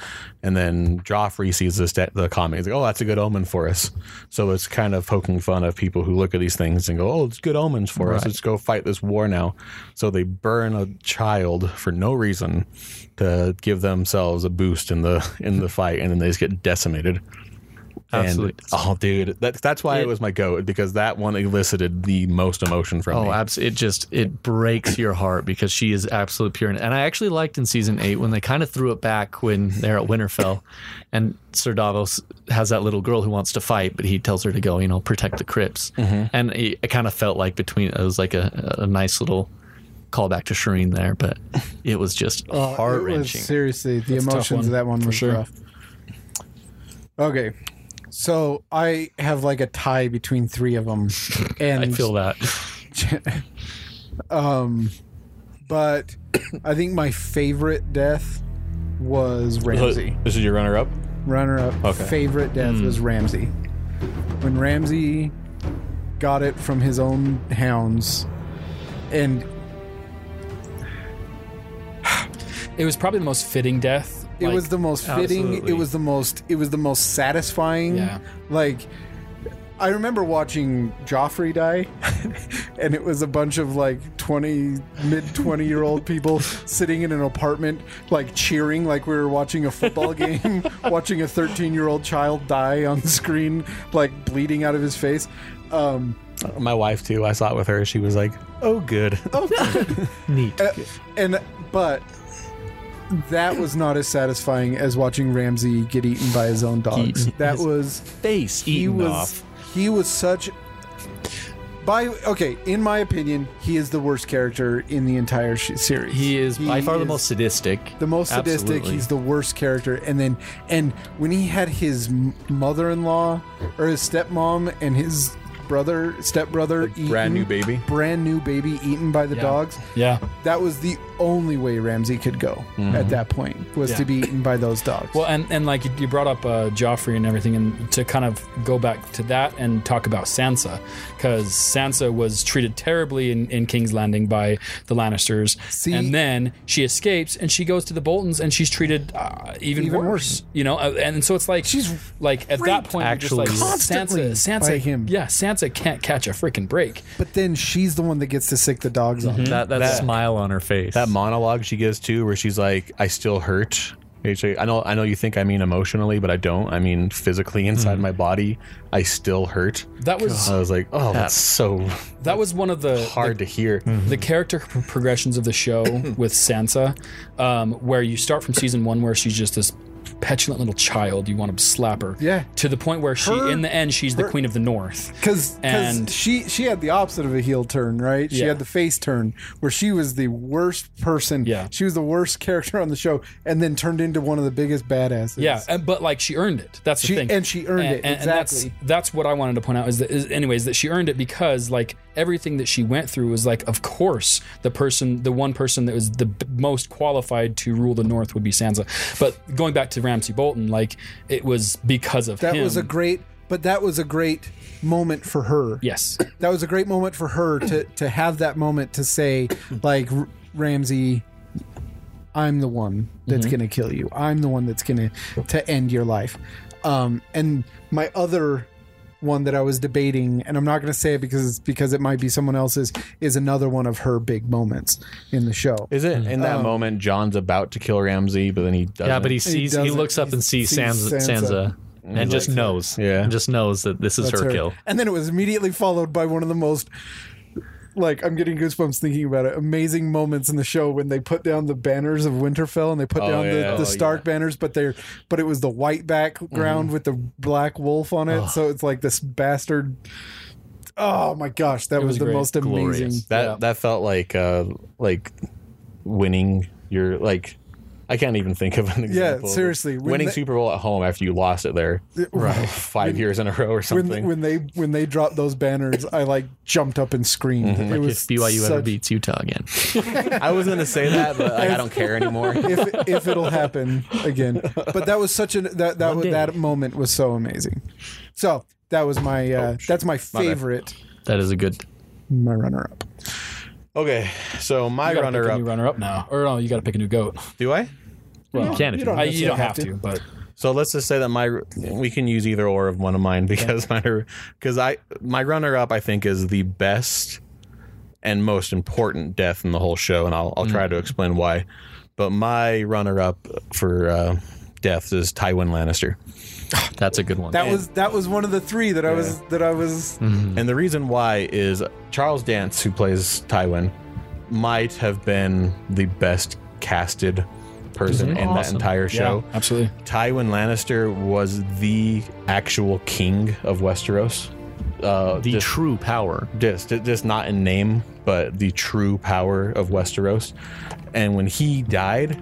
And then Joffrey sees this da- the comet. He's like, oh, that's a good omen for us. So it's kind of poking fun of people who look at these things and go, oh, it's good omens for us. Let's go fight this war now. So they burn a child for no reason to give themselves a boost in the in the fight, and then they just get decimated. And-
Absolutely.
oh, dude, that, that's why it,
It-
was my goat because that one elicited the most emotion from
Oh,
me.
abs- it just it breaks your heart because she is absolute pure. And I actually liked in season eight when they kind of threw it back when they're at Winterfell, and Sir Davos has that little girl who wants to fight, but he tells her to go, you know, protect the crypts. And it, it kind of felt like between it was like a, a nice little callback to Shireen there, but it was just
Oh, it was-
heart wrenching.
Seriously, the
That's a tough
emotions
one,
of that one
for
were
sure.
rough. Okay, so I have like a tie between three of them, and
I feel that.
Um, but I think my favorite death was Ramsey.
This is your runner-up.
Runner up
Okay.
favorite death was Ramsey. When Ramsey got it from his own hounds, and
It was probably the most fitting death.
it
like-
was the most fitting.
absolutely.
It was the most. It was the most satisfying.
Yeah.
Like, I remember watching Joffrey die, and it was a bunch of like twenty mid twenty year old people sitting in an apartment, like cheering, like we were watching a football game, watching a thirteen year old child die on screen, like bleeding out of his face. Um,
My wife too. I saw it with her. She was like, "Oh, good."
Neat.
and but that was not as satisfying as watching Ramsey get eaten by his own dogs. That was
Face
he
eaten
was
off.
he was such by okay in my opinion he is the worst character in the entire sh- series
He is by far the
is
most sadistic.
the most sadistic
Absolutely.
he's the worst character and then and when he had his m- mother-in-law or his stepmom and his brother stepbrother eaten,
brand new baby.
brand new baby eaten by the dogs
yeah.
that was the only way ramsey could go at that point was to be eaten by those dogs
Well, and, and like you- you brought up uh, Joffrey and everything, and to kind of go back to that and talk about Sansa, because Sansa was treated terribly in, in King's Landing by the Lannisters.
See-
and then she escapes and she goes to the Boltons and she's treated uh, even,
Even
worse, You know, uh, and so it's like
She's
like at that point, actually,
actually.
Constantly
Sansa, Sansa,
by him.
yeah, Sansa can't catch a freaking break.
but then she's the one that gets to sick the dogs on
that, that smile on her face.
That monologue she gives too, where she's like, "I still hurt." Actually, I know, I know you think I mean emotionally, but I don't. I mean physically inside
Mm-hmm.
my body, I still hurt.
That was
I was like, "Oh, that's so
that was one of the
hard to hear."
Mm-hmm.
the character pro- progressions of the show with Sansa, um, where you start from season one where she's just this petulant little child, you want to slap her.
Yeah.
To the point where she,
Her-
in the end, she's the queen of the north.
Because
And-
she she had the opposite of a heel turn, right? She
Yeah.
had the face turn where she was the worst person.
Yeah.
She was the worst character on the show and then turned into one of the biggest badasses.
Yeah, and, but like she earned it. That's
She-
the thing,
and she earned it, exactly.
that's that's what I wanted to point out is that, is, anyways, that she earned it because like everything that she went through was like, of course, the person, the one person that was the b- most qualified to rule the North would be Sansa. But going back to Ramsay Bolton, like it was because of
That
him.
was a great but that was a great moment for her.
yes.
That was a great moment for her to to have that moment to say, like "R- Ramsey, I'm the one that's gonna kill you. I'm the one that's gonna to end your life. Um, and my other one that I was debating, and I'm not gonna say it because because it might be someone else's, is another one of her big moments in the show.
Is it in that moment John's about to kill Ramsey, but then he doesn't?
Mm-hmm.
Mm-hmm.
Oh. yeah, but he sees. He,
doesn't-
looks up and
he
sees
sees
Sansa,
Sansa.
Sansa and just knows.
Yeah.
and just knows that this is
That's
her, kill.
And then it was immediately followed by one of the most like I'm getting goosebumps thinking about it. Amazing moments in the show when they put down the banners of Winterfell and they put down
yeah.
the, the
Oh,
Stark banners, but they're but it was the white background with the black wolf on it. So it's like this bastard. Oh my gosh, that was,
was
the
great.
most amazing.
Glorious.
that that felt like uh like winning your like I can't even think of an example. of it.
seriously, when
winning
they-
Super Bowl at home after you lost it there, right? Five years in a row or
When,
something.
when they when they dropped those banners, I like jumped up and screamed. It
Like
was
if BYU ever
such-
beats Utah again,
I was gonna say that, but like, I don't care anymore.
if, if it'll happen again. But that was such an that that was,
day.
that moment was so amazing. So that was my
Oh,
uh, that's my favorite
that is a good.
my runner up.
Okay, so my
You gotta
runner
pick a
up.
new runner up now, or no? You got to pick a new goat.
Do I?
you can if you
don't
I,
want.
you don't have to, but
So let's just say that my we can use either or of one of mine because my because I my runner up I think is the best and most important death in the whole show, and I'll I'll try to explain why. But my runner up for uh, death is Tywin Lannister.
That's a good one.
That was that was one of the three that I was that I was.
And the reason why is Charles Dance, who plays Tywin, might have been the best casted person in that entire show.
yeah, absolutely.
Tywin Lannister was the actual king of Westeros. Uh,
the
just,
true power.
just, just not in name, but the true power of Westeros. And when he died,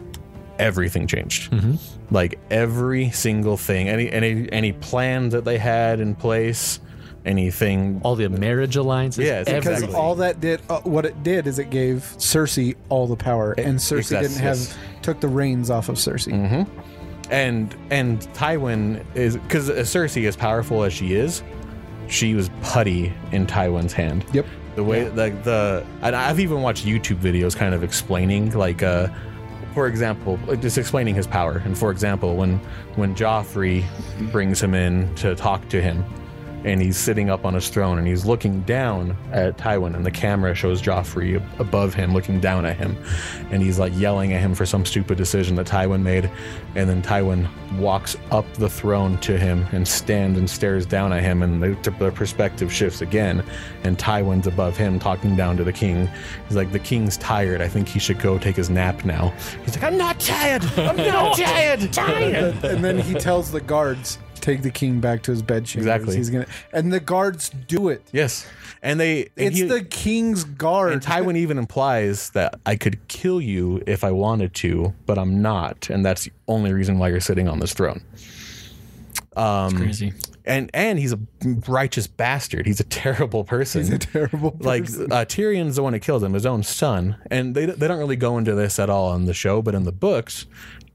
everything changed.
Mm-hmm.
Like every single thing, any any any plan that they had in place, anything.
all the marriage alliances.
Yeah, it's
Because
everything.
Exactly.
all that did, uh, what it did is it gave Cersei all the power, and Cersei
exactly,
didn't have
yes. Mm-hmm.
took the reins off of Cersei.
and and Tywin is because Cersei, as powerful as she is, she was putty in Tywin's hand.
Yep.
The way like the and I've even watched YouTube videos kind of explaining like uh for example like just explaining his power and for example when when Joffrey brings him in to talk to him and he's sitting up on his throne and he's looking down at Tywin and the camera shows Joffrey ab- above him looking down at him and he's like yelling at him for some stupid decision that Tywin made and then Tywin walks up the throne to him and stands and stares down at him and the, the perspective shifts again and Tywin's above him talking down to the king he's like the king's tired I think he should go take his nap now he's like I'm not tired I'm not tired tired
and then he tells the guards take the king back to his bed
Exactly.
he's gonna and the guards do it
yes and they and
it's
he-
the king's guard
And Tywin even implies that I could kill you if I wanted to, but I'm not, and that's the only reason why you're sitting on this throne.
Crazy.
And and he's a righteous bastard. He's a terrible person.
He's a terrible
like
person.
uh, Tyrion's the one who kills him, his own son. And they they don't really go into this at all in the show, but in the books,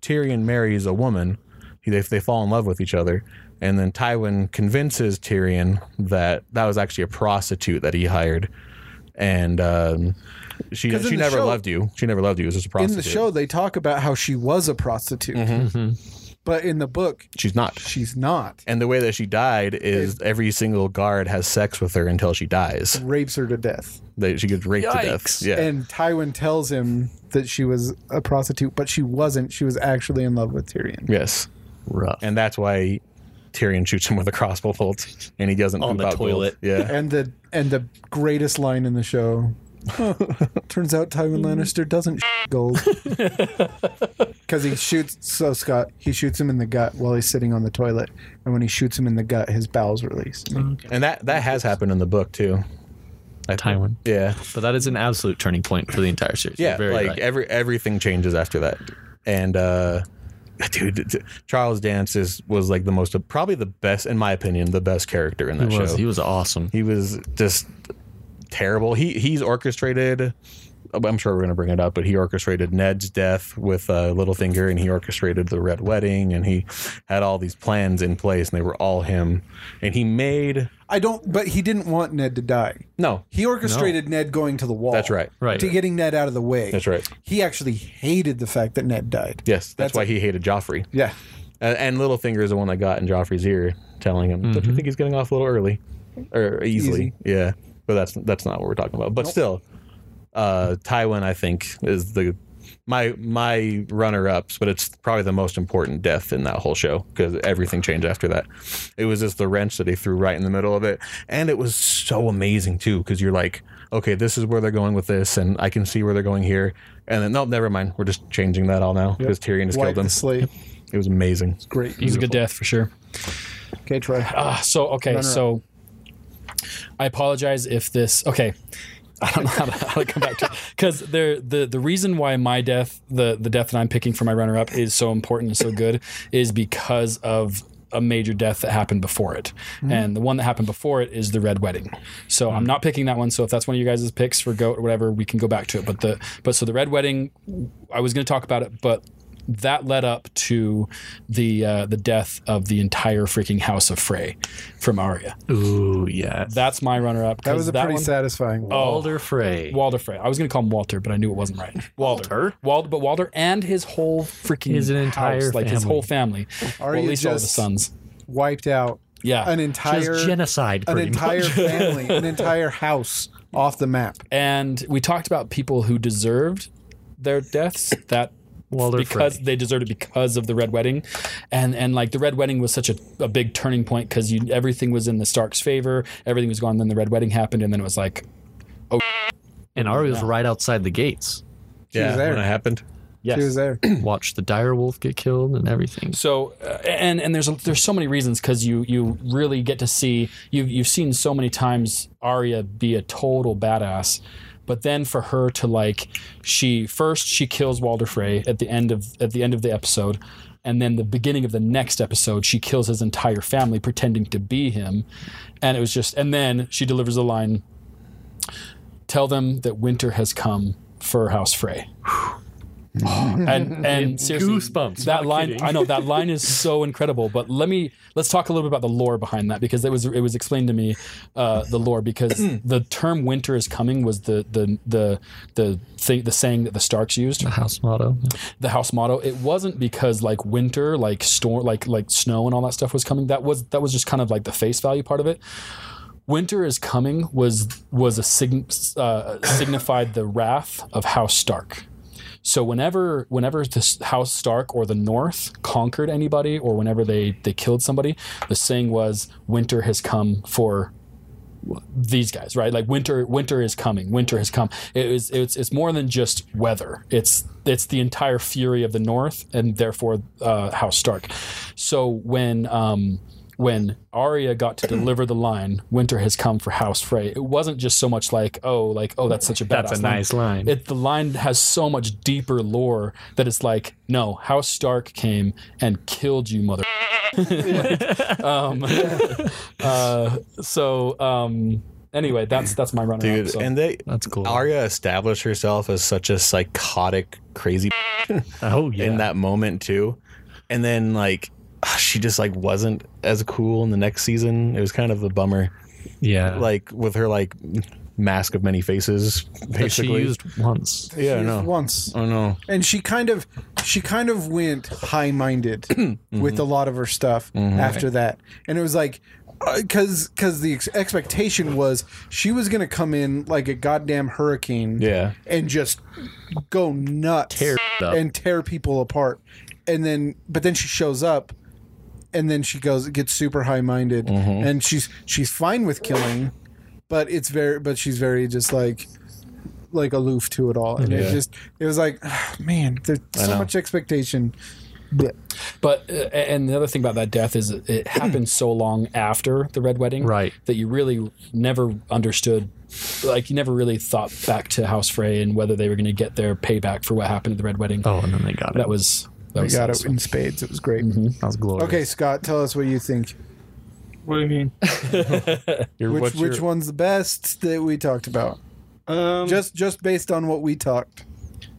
Tyrion marries a woman. He- They they fall in love with each other, and then Tywin convinces Tyrion that that was actually a prostitute that he hired, and um, she
'Cause in
she
the
never
show-
loved you. She never loved you. It was just a
in
prostitute.
the show they talk about how she was a prostitute but in the book
she's not.
she's not
And the way that she died is every single guard has sex with her until she dies.
rapes her to death
They, she gets raped to death.
Yikes.
Yeah.
and Tywin tells him that she was a prostitute but she wasn't she was actually in love with Tyrion
Yes.
Rough.
And that's why Tyrion shoots him with a crossbow bolt and he doesn't
On
poop
the
out gold.
toilet.
Yeah.
and the and the greatest line in the show turns out Tywin
Mm-hmm.
Lannister doesn't sh- gold because he shoots so Scott he shoots him in the gut while he's sitting on the toilet and when he shoots him in the gut his bowels release
and that that has happened in the book too. I think.
Tywin.
Yeah.
But that is an absolute turning point for the entire series. You're
Yeah.
very
like
right.
every everything changes after that. And uh dude d- d- Charles Dance is was like the most probably the best in my opinion, the best character in that
he, was,
show.
he was awesome.
he was just terrible. He he's orchestrated. I'm sure we're going to bring it up, but he orchestrated Ned's death with uh, Littlefinger, and he orchestrated the Red Wedding, and he had all these plans in place, and they were all him. And he made
I don't but he didn't want Ned to die
no,
he orchestrated Ned going to the wall
That's right.
Right.
to getting Ned out of the way
That's right.
he actually hated the fact that Ned died
yes, that's,
That's
why
it.
he hated Joffrey.
yeah
And, Uh, and Littlefinger is the one that got in Joffrey's ear, telling him, "Don't you think he's getting off a little early or easily?" Yeah, but that's that's not what we're talking about. But still, uh, Tywin, I think, is the my my runner ups, but it's probably the most important death in that whole show because everything changed after that. It was just the wrench that he threw right in the middle of it, and it was so amazing too because you're like, okay, this is where they're going with this, and I can see where they're going here. And then nope, never mind. We're just changing that all now because Tyrion has
wipe
killed him.
the slate
It was amazing.
great
He's a good death for sure.
okay Troy
Ah, so okay,
Runner-up.
so I apologize if this. Okay, I don't know how to, how to come back to because there the the reason why my death the the death that I'm picking for my runner up is so important and so good is because of a major death that happened before it,
Mm-hmm.
and the one that happened before it is the red wedding. So I'm not picking that one. So if that's one of you guys' picks for goat or whatever, we can go back to it. But the but so the red wedding, I was going to talk about it, but that led up to the uh, the death of the entire freaking house of Frey from Arya.
Ooh, yeah.
That's my runner up.
that was a pretty satisfying one.
Alder Frey.
Walder Frey. I was going to call him Walter, but I knew it wasn't right. Walter. Walder, but Walder and his whole freaking
His entire
house, like his
family.
whole family. Or
Arya
at least all the
just-
sons.
wiped out
Yeah.
an entire
Just genocide,
an
pretty
entire
much.
family, an entire house off the map.
and we talked about people who deserved their deaths that
Walder
because
Frey.
they deserved it because of the red wedding and and like the red wedding was such a, a big turning point because you everything was in the stark's favor everything was gone then the red wedding happened and then it was like
and Arya was right outside the gates.
yeah,
was there.
when it happened.
Yes.
She was there.
Hmm.
Watched the direwolf get killed and everything.
So uh, and and there's there's so many reasons because you you really get to see you you've seen so many times Arya be a total badass, But then for her to like, she first she kills Walder Frey at the end of at the end of the episode, and then the beginning of the next episode she kills his entire family pretending to be him, and it was just and then she delivers the line. Tell them that winter has come for House Frey. and and seriously,
Goosebumps.
That
Not
line,
kidding.
I know that line is so incredible. But let me let's talk a little bit about the lore behind that because it was it was explained to me uh, the lore because the term "winter is coming" was the the the the thing the saying that the Starks used
House motto.
the house motto. It wasn't because like winter, like storm, like like snow and all that stuff was coming. That was that was just kind of like the face value part of it. Winter is coming was was a sign, uh, signified the wrath of House Stark. So whenever whenever this House Stark or the North conquered anybody, or whenever they they killed somebody, the saying was winter has come for these guys, right? Like winter, winter is coming. Winter has come. It is, it's, it's more than just weather. It's, it's the entire fury of the North, and therefore uh, House Stark. So when, um, when Arya got to deliver the line, "Winter has come for House Frey," it wasn't just so much like, "Oh, like oh, that's such a badass
That's a nice line.
It, the line has so much deeper lore that it's like, no, House Stark came and killed you, mother. Uh, so um, anyway, that's that's my runner.
dude.
up, so.
And they
That's cool.
Arya established herself as such a psychotic, crazy
Oh yeah.
in that moment too, and then like ah, she just like wasn't as cool in the next season. It was kind of a bummer.
yeah.
Like with her like mask of many faces,
that she
basically.
used once.
yeah,
She
I
used
know.
once.
Oh no.
And she kind of she kind of went high minded with a lot of her stuff after that. And it was like because because the ex- expectation was she was going to come in like a goddamn hurricane
Yeah.
and just go nuts
Tear up.
and tear people apart and then but then she shows up and then she goes gets super high minded and she's she's fine with killing but it's very but she's very just like like aloof to it all and it
Yeah.
just it was like ah, man there's so
know.
much expectation but
But uh, and the other thing about that death is it, it happened so long after the red wedding,
Right.
That you really never understood, like you never really thought back to House Frey and whether they were going to get their payback for what happened at the red wedding.
Oh, and then they got it.
that was that
we
was
got
that was
it in spades it was great
that was glorious.
okay scott tell us what you think
What do you mean?
Your-
which
what's
which
your-
one's the best that we talked about
Um,
just just based on what we talked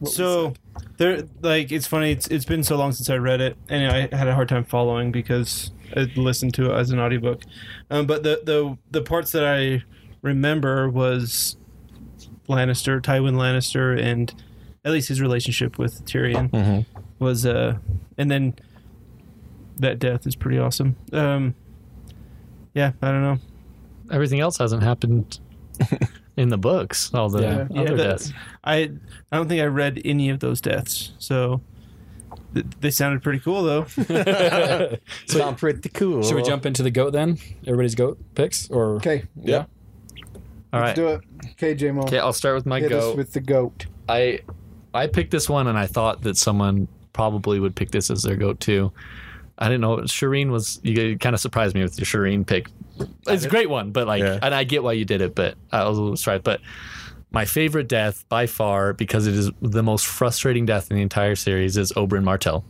so there, like it's funny. It's it's been so long since I read it, and I had a hard time following because I listened to it as an audiobook. Um, but the the the parts that I remember was Lannister, Tywin Lannister, and at least his relationship with Tyrion was uh, and then that death is pretty awesome. Um, yeah, I don't know.
Everything else hasn't happened in the books. All the
Yeah.
Yeah,
other
that-
deaths.
I I don't think I read any of those deaths, so th- they sounded pretty cool though.
Sound pretty cool.
Should we jump into the goat then? Everybody's goat picks, or
okay
yeah,
All right.
do it okay jmo
Okay, I'll start with my
hit
go.
us with the goat
I I picked this one and I thought that someone probably would pick this as their go to. I didn't know. Shireen was you kind of surprised me with your Shireen pick. It's a great one, but like,
Yeah.
and I get why you did it, but I was a little surprised. But my favorite death by far, because it is the most frustrating death in the entire series, is Oberyn Martell.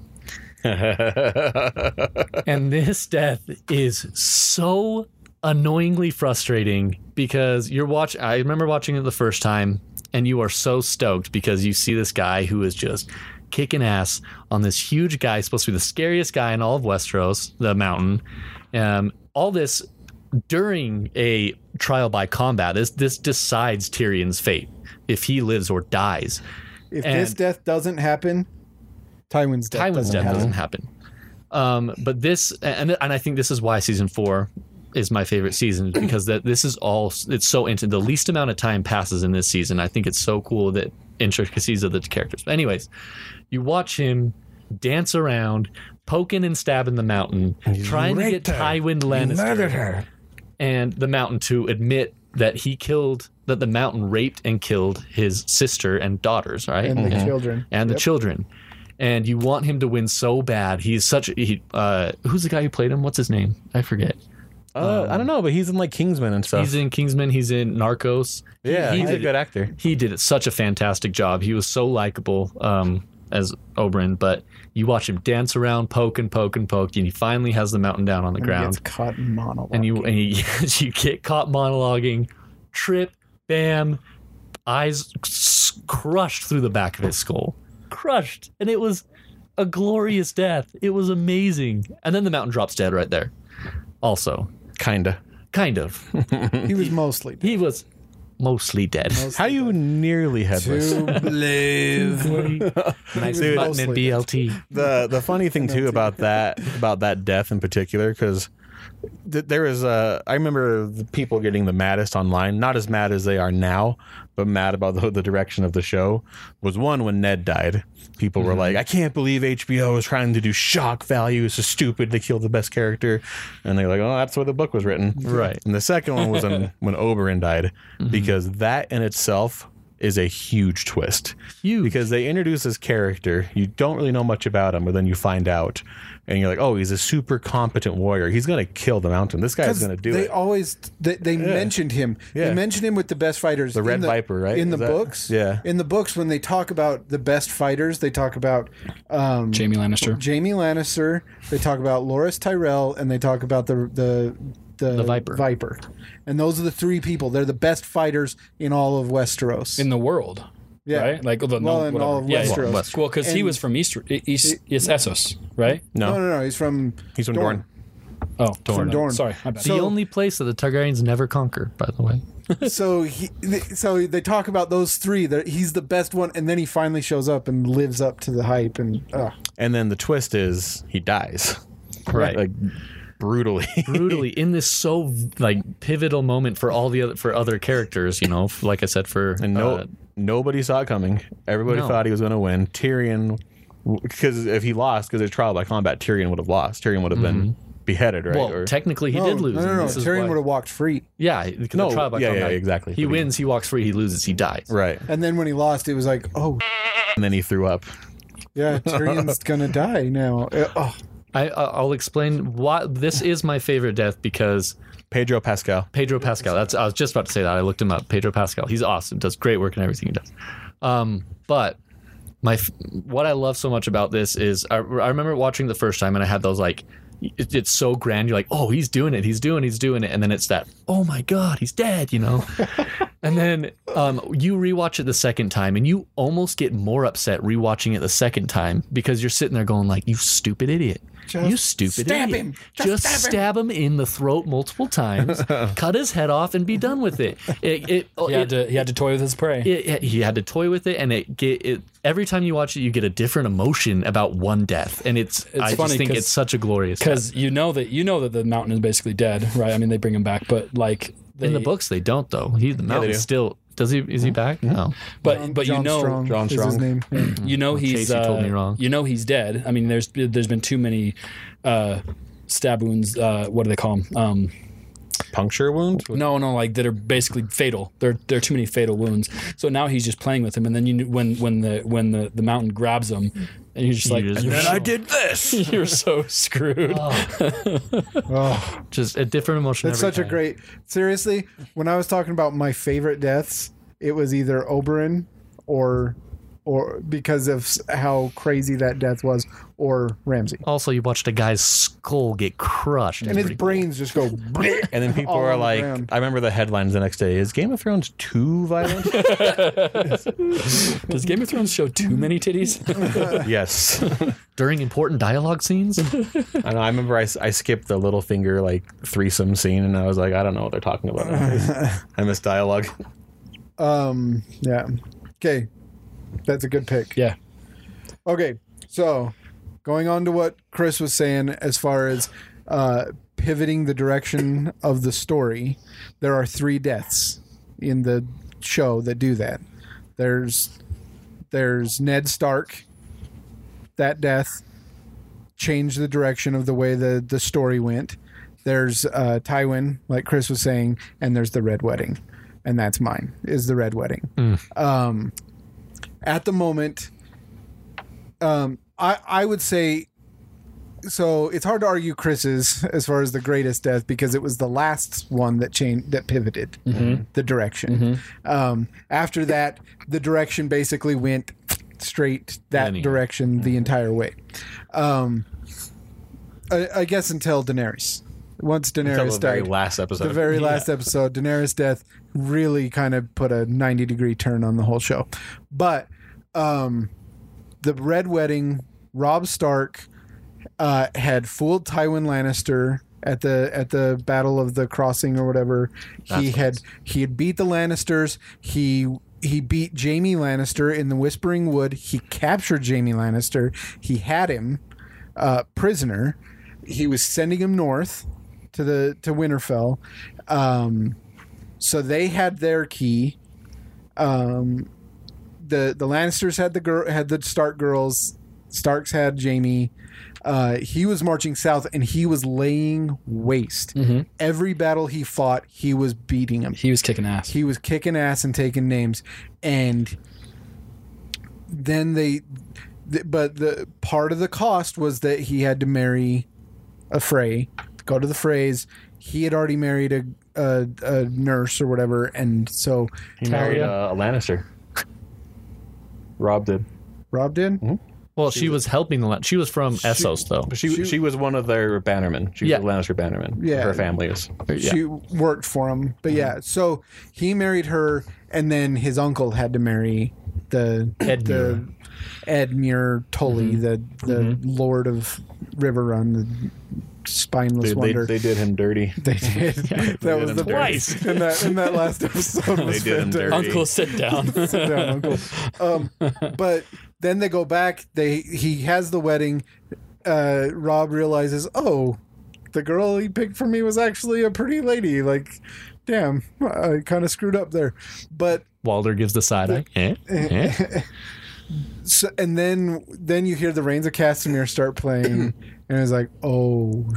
and this death is so annoyingly frustrating because you're watch I remember watching it the first time and you are so stoked because you see this guy who is just kicking ass on this huge guy supposed to be the scariest guy in all of Westeros the mountain um all this during a trial by combat this this decides Tyrion's fate if he lives or dies
If
And-
this death doesn't happen, Tywin's death
Tywin's
doesn't
death
happen.
doesn't happen. Um, but this, and and I think this is why season four is my favorite season because that this is all it's so into the least amount of time passes in this season. I think it's so cool that intricacies of the characters. But anyways, you watch him dance around, poking and stabbing the mountain, trying to get Tywin Lannister and the mountain to admit that he killed that the mountain raped and killed his sister and daughters, right?
And the children.
and the children. And you want him to win so bad. He's such. He, uh, who's the guy who played him? What's his name? I forget.
Uh, I don't know, but he's in like Kingsman and stuff.
He's in Kingsman. He's in Narcos. He-
Uh, yeah,
he
he's a
did-
good actor.
he did such a fantastic job. He was so likable um, as Oberyn, but you watch him dance around, poke and poke and poke, and he finally has the mountain down on the ground.
Gets caught in monologue.
And you and he, you get caught monologuing, trip, bam, eyes s- crushed through the back of his skull, crushed, and it was a glorious death. It was amazing. And then the mountain drops dead right there. Also,
Kinda.
kind of,
He was mostly
he was mostly dead.
How you nearly headless?
to live.
nice
Dude.
button and BLT.
the the funny thing too about that about that death in particular because th- there was uh, I remember the people getting the maddest online not as mad as they are now but mad about the, the direction of the show was one when Ned died people were like I can't believe HBO is trying to do shock value it's so stupid to kill the best character and they're like oh that's where the book was written
Right.
and the second one was when, when Oberyn died because that in itself is a huge twist
Huge.
because they introduce his character. You don't really know much about him, but then you find out, and you're like, oh, he's a super competent warrior. He's gonna kill the mountain. This guy's gonna do
they
it.
always they, they mentioned him.
Yeah.
They mentioned him with the best fighters. The
Red Viper, right?
In the
Is that-
books,
Yeah.
In the books, when they talk about the best fighters, they talk about um,
Jamie Lannister.
Jamie Lannister. They talk about Loras Tyrell, and they talk about the the the,
Viper.
Viper, and those are the three people. They're the best fighters in all of Westeros.
in the world,
yeah,
right? Like the
Well,
no,
in
whatever.
all of
yeah, yeah.
Westeros. West-
Well, because he
And-
was from East, East, East Essos, right?
no,
no, no, no. He's from
he's from
Dorne.
Dorne.
Oh, Dorne.
Dorne.
Sorry, my bad.
the only place that the Targaryens never conquer, by the way.
so he, th- so they talk about those three. That he's the best one, and then he finally shows up and lives up to the hype. And uh,
And then the twist is he dies,
Right.
like brutally.
brutally in this so like pivotal moment for all the other for other characters, you know, f- like I said for
and no,
uh,
nobody saw it coming. Everybody
No.
thought he was gonna win. Tyrion, because if he lost, because it's trial by combat, Tyrion would have lost. Tyrion would have been beheaded, right?
Mm-hmm. well,
Or-
technically he
no,
did lose.
oh, No, no,
and
no.
this is
Tyrion
why-
would have walked free.
Yeah, because
No,
of trial by
yeah, yeah,
combat.
exactly.
He
But he-
wins, he walks free, he loses, he dies.
right.
And then when he lost, it was like, oh
And then he threw up.
yeah, Tyrion's gonna die now. Uh, oh,
I I- I'll explain why this is my favorite death because
Pedro Pascal.
Pedro Pascal. That's I was just about to say that. I looked him up. Pedro Pascal. He's awesome. Does great work in everything he does. Um, but my f- what I love so much about this is I, I remember watching the first time and I had those like it, it's so grand. You're like, oh, he's doing it. He's doing. He's doing it. And then it's that. Oh my God, he's dead. You know. and then um, you rewatch it the second time and you almost get more upset rewatching it the second time because you're sitting there going like, you stupid idiot. you stupid
stab
idiot.
him.
Just, stab him in the throat multiple times, cut his head off, and be done with it. It, it,
he had
it,
to he had to toy with his prey.
it- it- he had to toy with it, and it get it. Every time you watch it, you get a different emotion about one death, and it's. I
funny
just think
'cause-
it's such a glorious. death.
because you know that you know that the mountain is basically dead, right? I mean, they bring him back, but like they,
in the books they don't though. He the mountain
do.
still does he is he back? No,
but but you
Jon
know
Strong
Jon
is his
Strong.
name.
you know he's
Casey
uh,
told me wrong.
You know he's dead. I mean, there's there's been too many uh, stab wounds. Uh, what do they call them? Um,
Puncture wound?
no, no, like that are basically fatal. There there are too many fatal wounds. So now he's just playing with him, and then you kn- when when the when the, the mountain grabs him, and you're just like.
just-
"You're
And I
so-
did this.
You're so screwed.
Oh,
just a different emotion.
that's
every
such a
time.
great. Seriously, when I was talking about my favorite deaths, it was either Oberyn or. Or because of s- how crazy that death was, or Ramsey,
Also, you watched a guy's skull get crushed.
and his brains just go.
And then people
All
are
on the
like,
ground.
I remember the headlines the next day. Is Game of Thrones too violent?
Does Game of Thrones show too many titties?
yes.
during important dialogue scenes.
I, know, I remember I, s- I skipped the little finger like threesome scene and I was like, I don't know what they're talking about. I missed dialogue.
Um. Yeah. Okay. That's a good pick.
yeah.
Okay. So, going on to what Chris was saying as far as uh, pivoting the direction of the story, there are three deaths in the show that do that. There's there's Ned Stark. That death changed the direction of the way the the story went. There's uh, Tywin, like Chris was saying, and there's the Red Wedding, and that's mine is the Red Wedding. Um, at the moment, um, I I would say so it's hard to argue Chris's as far as the greatest death because it was the last one that changed that pivoted
Mm-hmm.
the direction. Um, after that, the direction basically went straight that
Linear.
direction
Mm-hmm.
the entire way. Um, I, I guess until Daenerys. Once
Until
Daenerys
the very
died,
last episode.
the very last episode, Daenerys' death really kind of put a 90 degree turn on the whole show. But um, the Red Wedding, Rob Stark uh, had fooled Tywin Lannister at the at the Battle of the Crossing or whatever. he
what it
had
was.
he had beat the Lannisters. He he beat Jamie Lannister in the Whispering Wood. He captured Jamie Lannister. He had him uh, prisoner. He was sending him north to the to Winterfell. Um, so they had their key. Um, the the Lannisters had the girl had the Stark girls. Starks had Jamie. Uh, he was marching south and he was laying waste. Every battle he fought, he was beating him
He was kicking ass.
he was kicking ass and taking names and then they th- but the part of the cost was that he had to marry a fray go to the phrase he had already married a, a, a nurse or whatever and so
He married
Talia-
uh, a Lannister.
Rob did.
rob did
Well, she, was helping the Lan- She was from Essos, though.
She, she was one of their bannermen. She was
Yeah.
a Lannister bannerman.
Yeah.
Her family is.
she worked for him
Mm-hmm.
but yeah so he married her and then his uncle had to marry the
Ed
the Edmure Tully
Mm-hmm.
the the lord of River Run the spineless
They, they,
wonder
they did him dirty.
They did. that
did
was
him
the
dirty.
best. In that, in that last episode, was
did him
fantastic.
dirty.
Uncle, sit down.
Sit down, Uncle. Um, but then they go back. They he has the wedding. Uh, Rob realizes, oh, the girl he picked for me was actually a pretty lady. Like, damn, I kind of screwed up there. But
Walder gives the side eye. Eh? Eh?
so, and then then you hear the Reigns of Castamere start playing, and it's like, oh.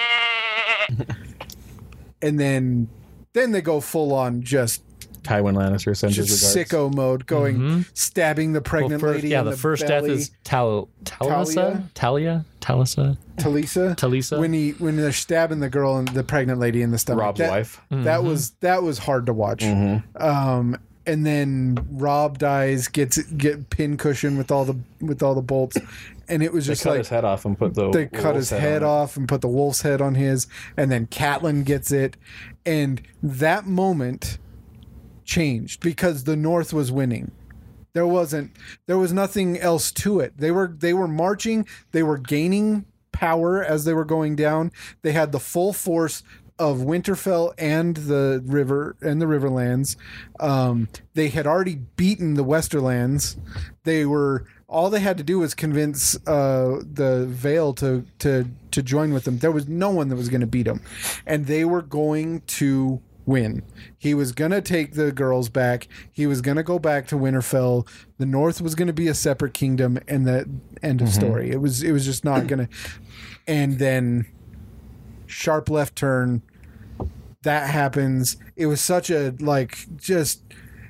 and then then they go full on just
Tywin Lannister sends his
just
regards.
sicko mode, going stabbing the
Mm-hmm. Well,
pregnant
first-
lady.
yeah,
in
the, first
belly,
death is Tal- Talisa? Talia? Talisa?
Talisa.
Talisa?
When he when they're stabbing the girl and the pregnant lady in the stomach.
Rob's
That-
wife. Mm-hmm.
That was that was hard to watch. Um, and then Rob dies, gets get pin cushion with all the with all the bolts, and it was
They
just
cut
like
his head off and put the.
they cut his head off and put the wolf's head on his, and then Catelyn gets it, and that moment changed because the North was winning. There wasn't, there was nothing else to it. They were they were marching, they were gaining power as they were going down. They had the full force of Winterfell and the river and the Riverlands. Um, they had already beaten the Westerlands. They were all they had to do was convince uh, the Vale to to to join with them. There was no one that was going to beat them, and they were going to win. He was going to take the girls back. He was going to go back to Winterfell. The North was going to be a separate kingdom, and the end of story. It was it was just not going to. And then, sharp left turn. That happens. It was such a like just,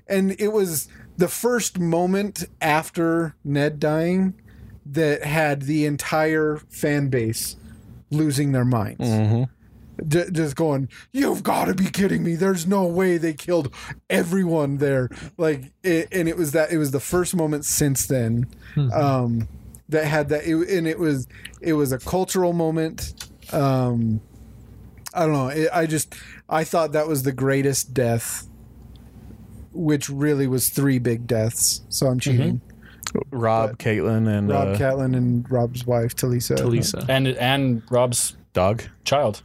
and it was the first moment after Ned dying that had the entire fan base losing their minds. J- just going, you've got to be kidding me! There's no way they killed everyone there. Like, it, and it was that it was the first moment since then
Mm-hmm.
um, that had that, it, and it was it was a cultural moment. Um, I don't know. It, I just I thought that was the greatest death, which really was three big deaths. So I'm
Mm-hmm.
cheating.
Rob, Caitlin, and
Rob
uh,
Catlin and Rob's wife Talisa.
Talisa.
and and Rob's
dog.
child,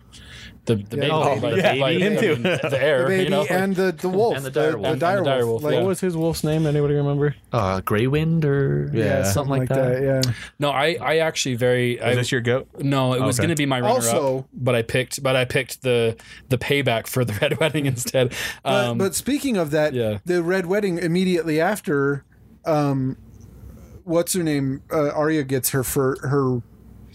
the the baby,
oh,
like,
the
like,
baby.
I
Him
mean, the heir,
The baby
you know, like-
and the, the wolf.
And the
dire
direwolf. And
the direwolf,
Like,
yeah.
What was his wolf's name? Anybody remember?
Uh, Greywind or
Yeah.
something like, that.
yeah.
no, I I actually very I,
Is this your goat?
no, it was
Okay.
going to be my runner up,
Also-
but I picked but I picked the the payback for the red wedding instead.
But,
Um,
but speaking of that,
yeah.
the red wedding immediately after, um, what's her name? Uh, Arya gets her for her,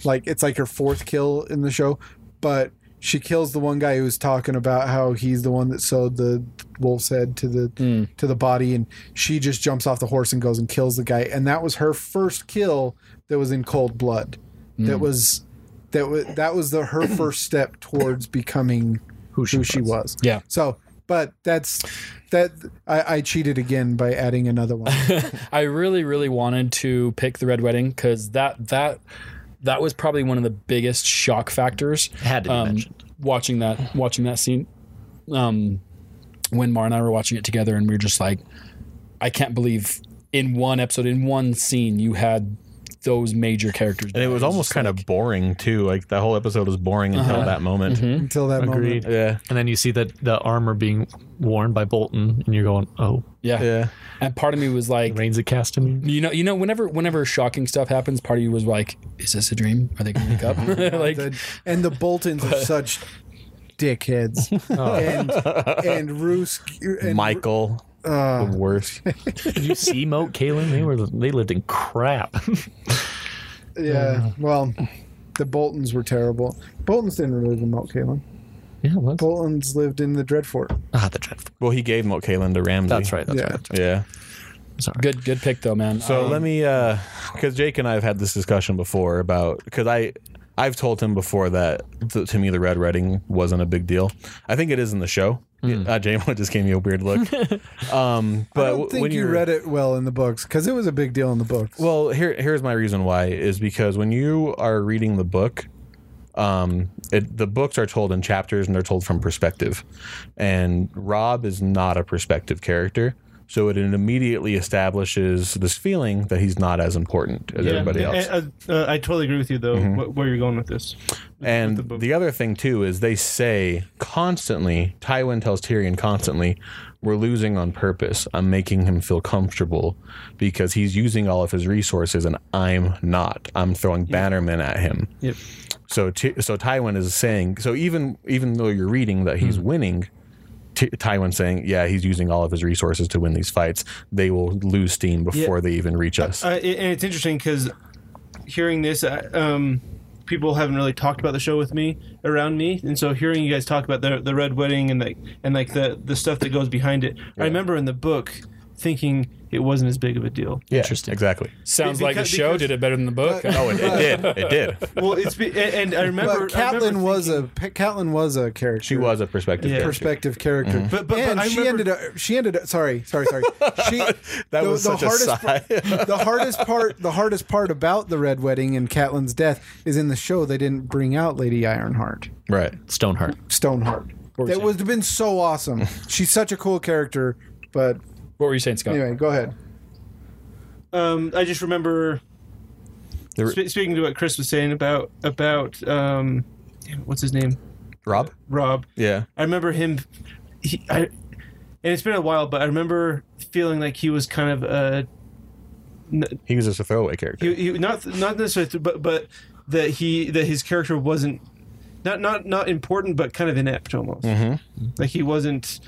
like it's like her fourth kill in the show, but she kills the one guy who was talking about how he's the one that sewed the wolf's head to the to the body, and she just jumps off the horse and goes and kills the guy, and that was her first kill that was in cold blood. That was that was that was the her first step towards becoming who she, was.
Yeah.
So, but that's that I, I cheated again by adding another one.
I really, really wanted to pick the Red Wedding because that that that was probably one of the biggest shock factors. um,
Had to be mentioned.
Watching that, watching that scene, um, when Mar and I were watching it together, and we were just like, I can't believe in one episode, in one scene, you had those major characters.
And it was almost kind of boring too. Like the whole episode was boring until that moment.
Until that moment,
Yeah,
And then you see that the armor being worn by Bolton, and you're going, "Oh,
yeah.
yeah.
And part of me was like,
Reigns a casting."
You know, you know, whenever whenever shocking stuff happens, part of you was like, "Is this a dream? Are they going to wake up?" like,
The- and the Boltons are such dickheads,
Oh.
and and Roos and uh,
Michael, the worst.
Did you see Moat Kalen? They were they lived in crap.
Yeah, well, the Boltons were terrible. Boltons didn't live in Mount Kalen.
yeah, what?
Boltons lived in the Dreadfort.
Ah, the dreadful.
Well, he gave Moat Kalen to Ramsey.
That's right. That's
Yeah.
right. That's right.
Yeah.
good good pick though, man.
So
Um,
let me, because Jake and I have had this discussion before about because I, I've told him before that th- to me the red wedding wasn't a big deal. I think it is in the show. Uh, Jamie just gave me a weird look. um, but
I
w-
don't think
when
you
you're-
read it well in the books because it was a big deal in the books.
Well, here here's my reason why is because when you are reading the book, um, it, the books are told in chapters and they're told from perspective, and Rob is not a perspective character, so it immediately establishes this feeling that he's not as important as everybody else. Mm-hmm.
And, uh, uh, I totally agree with you though. wh- where you're going with this?
And
the book.
the other thing too is they say constantly, Tywin tells Tyrion constantly, we're losing on purpose. I'm making him feel comfortable because he's using all of his resources and I'm not. I'm throwing bannermen at him.
Yep.
So Ty- so Tywin is saying so even even though you're reading that
Hmm.
he's winning T- Tywin saying, "Yeah, he's using all of his resources to win these fights. They will lose steam before they even reach us."
Uh, it, and it's interesting because hearing this, I, um, people haven't really talked about the show with me around me, and so hearing you guys talk about the the red wedding and like and like the the stuff that goes behind it, I remember in the book thinking it wasn't as big of a deal.
yeah,
interesting.
Exactly.
sounds
Beca-
like the show
because-
did it better than the book.
Oh, it, it did. It did.
Well, it's be, a- and I remember
but Catelyn
I remember
was
thinking-
a P- Catelyn was a character.
She was a perspective.
Yeah.
character.
perspective character.
But- but- but
and
I
she
remember-
ended up she ended up sorry, sorry, sorry. She
That was such a
part- the hardest part the hardest part about the red wedding and Catelyn's death is in the show they didn't bring out Lady Ironheart.
Right.
Stoneheart.
Stoneheart. That would have been so awesome. She's such a cool character, but
What were you saying, Scott?
anyway, go ahead.
Um, I just remember
There-
spe- speaking to what Chris was saying about about um, damn, what's his name,
Rob?
Rob.
Yeah.
I remember him. He, I, and it's been a while, but I remember feeling like he was kind of uh,
He was just a throwaway character.
he, he not not necessarily, th- but but that he that his character wasn't not not not important, but kind of inept almost. Like he wasn't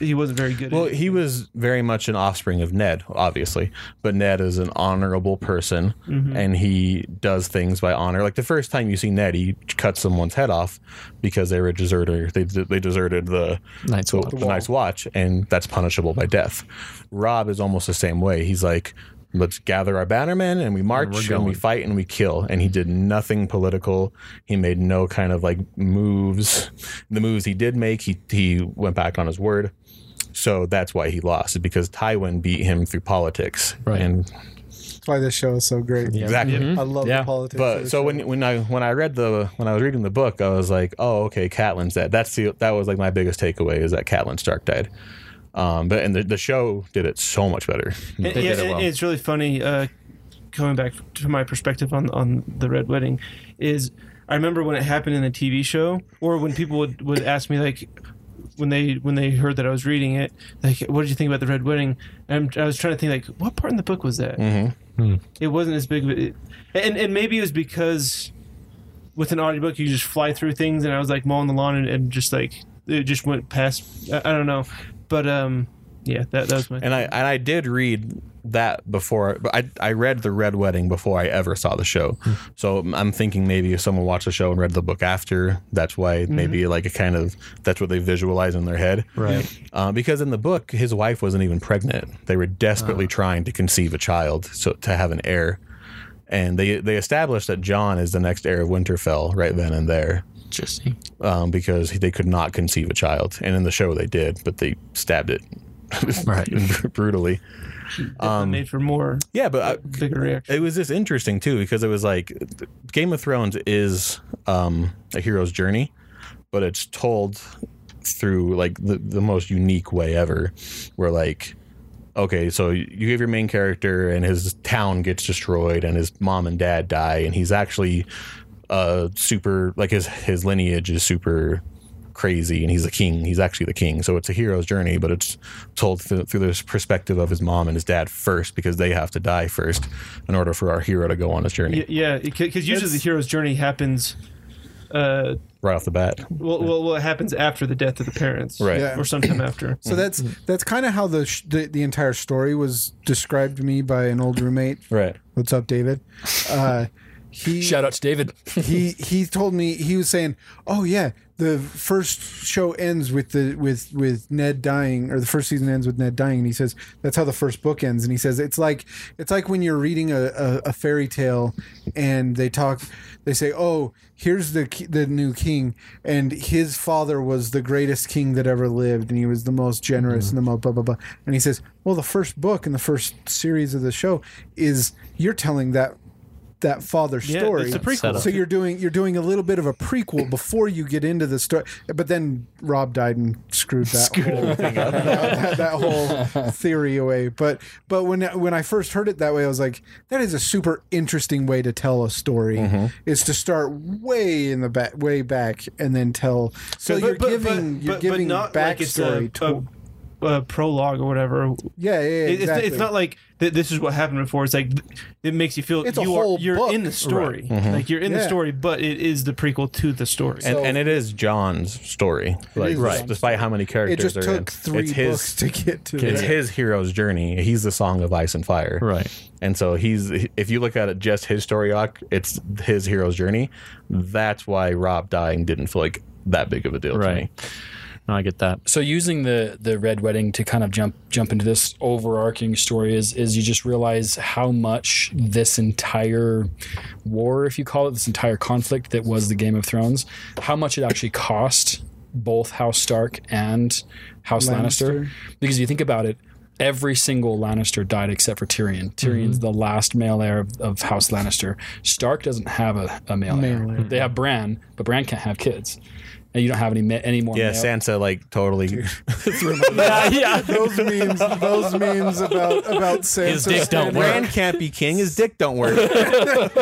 he wasn't very good.
well,
at it.
he was very much an offspring of Ned, obviously. But Ned is an honorable person and he does things by honor. Like the first time you see Ned, he cut someone's head off because they were a deserter. They, they deserted the,
Night's
the,
Watch.
the Night's Watch, and that's punishable by death. Rob is almost the same way. He's like, let's gather our bannermen and we march and we fight and we kill. And he did nothing political. He made no kind of like moves. The moves he did make, he, he went back on his word. So that's why he lost, is because Tywin beat him through politics.
Right.
And
That's why this show is so great.
exactly.
I love
Yeah.
the politics. of
But
the
so
show.
when when I when I read the when I was reading the book, I was like, oh, okay, Catelyn's dead. That's the that was like my biggest takeaway is that Catelyn Stark died. Um, but and the, the show did it so much better.
And- yeah, and it's really funny. Uh, coming back to my perspective on on the red wedding, is I remember when it happened in the TV show, or when people would would ask me like. When they when they heard that I was reading it, like, what did you think about the Red Wedding? And I'm, I was trying to think, like, what part in the book was that? It wasn't as big, of a and and maybe it was because with an audiobook you just fly through things, and I was like mowing the lawn and, and just like it just went past. I, I don't know, but um, yeah, that that was my.
And I and I did read that before, but I I read the Red Wedding before I ever saw the show.
Hmm.
so I'm thinking maybe if someone watched the show and read the book after, that's why
Mm-hmm.
maybe like a kind of that's what they visualize in their head.
Right.
Uh, because in the book, his
Ah.
wife wasn't even pregnant. They were desperately trying to conceive a child, so to have an heir. and they they established that John is the next heir of Winterfell right then and there
Interesting.
um, because they could not conceive a child, and in the show they did, but they stabbed it
Right.
brutally.
Definitely made for more
Yeah, but I,
bigger reaction.
it was just interesting too because it was like th- Game of Thrones is um, a hero's journey, but it's told through like the, the most unique way ever, where like okay, so you have your main character and his town gets destroyed and his mom and dad die and he's actually uh super like his his lineage is super crazy and he's a king he's actually the king so it's a hero's journey but it's told th- through this perspective of his mom and his dad first because they have to die first in order for our hero to go on his journey
Y- Yeah, because usually the hero's journey happens. Uh,
right off the bat
well, well, well, it happens after the death of the parents,
Right.
Yeah.
Or sometime after.
So that's that's kind of how the, sh- the the entire story was described to me by an old roommate.
right
What's up, David? Uh, he
Shout out to David.
he he told me he was saying, "Oh yeah, the first show ends with the with with Ned dying, or the first season ends with Ned dying." And he says that's how the first book ends. And he says it's like it's like when you're reading a, a, a fairy tale, and they talk, they say, "Oh, here's the ki- the new king, and his father was the greatest king that ever lived, and he was the most generous, and the most blah blah blah." And he says, "Well, the first book and the first series of the show is you're telling that." That father
Yeah,
story.
it's a prequel.
So you're doing you're doing a little bit of a prequel before you get into the story. But then Rob died and screwed that whole, that, that- that whole theory away. But but when when I first heard it that way, I was like, that is a super interesting way to tell a story.
Mm-hmm.
Is to start way in the back, way back, and then tell. So you're giving you're giving backstory
like it's
to.
a, a, a prologue or whatever.
yeah, yeah, yeah,
It-
exactly.
It's, it's not like th- this is what happened before. It's like th- it makes you feel
It's a
you
whole
are you're
book.
in the story.
Mm-hmm.
Like you're in the
Yeah.
story, but it is the prequel to the story.
and,
So-
and it is John's story like
is
right
John's
despite how many
it
characters
just
are in,
took three
it's his
books to get to.
it's
that.
his hero's journey. He's the song of ice and fire.
Right.
And so he's if you look at it just his story arc, it's his hero's journey. That's why Rob dying didn't feel like that big of a deal to me.
Right. No, I get that.
so using the the red wedding to kind of jump jump into this overarching story is is you just realize how much this entire war if you call it this entire conflict that was the game of thrones how much it actually cost both house stark and house lannister,
Lannister.
because you think about it Every single Lannister died except for Tyrion. Tyrion's the last male heir of, of House Lannister. Stark doesn't have a, a male,
Male
heir. They have Bran, but Bran can't have kids, and you don't have any ma- any more.
Yeah,
male-
Sansa like totally
those memes, those memes about about Sansa.
His dick don't
standing-
work.
Bran can't be king, his dick don't work.
but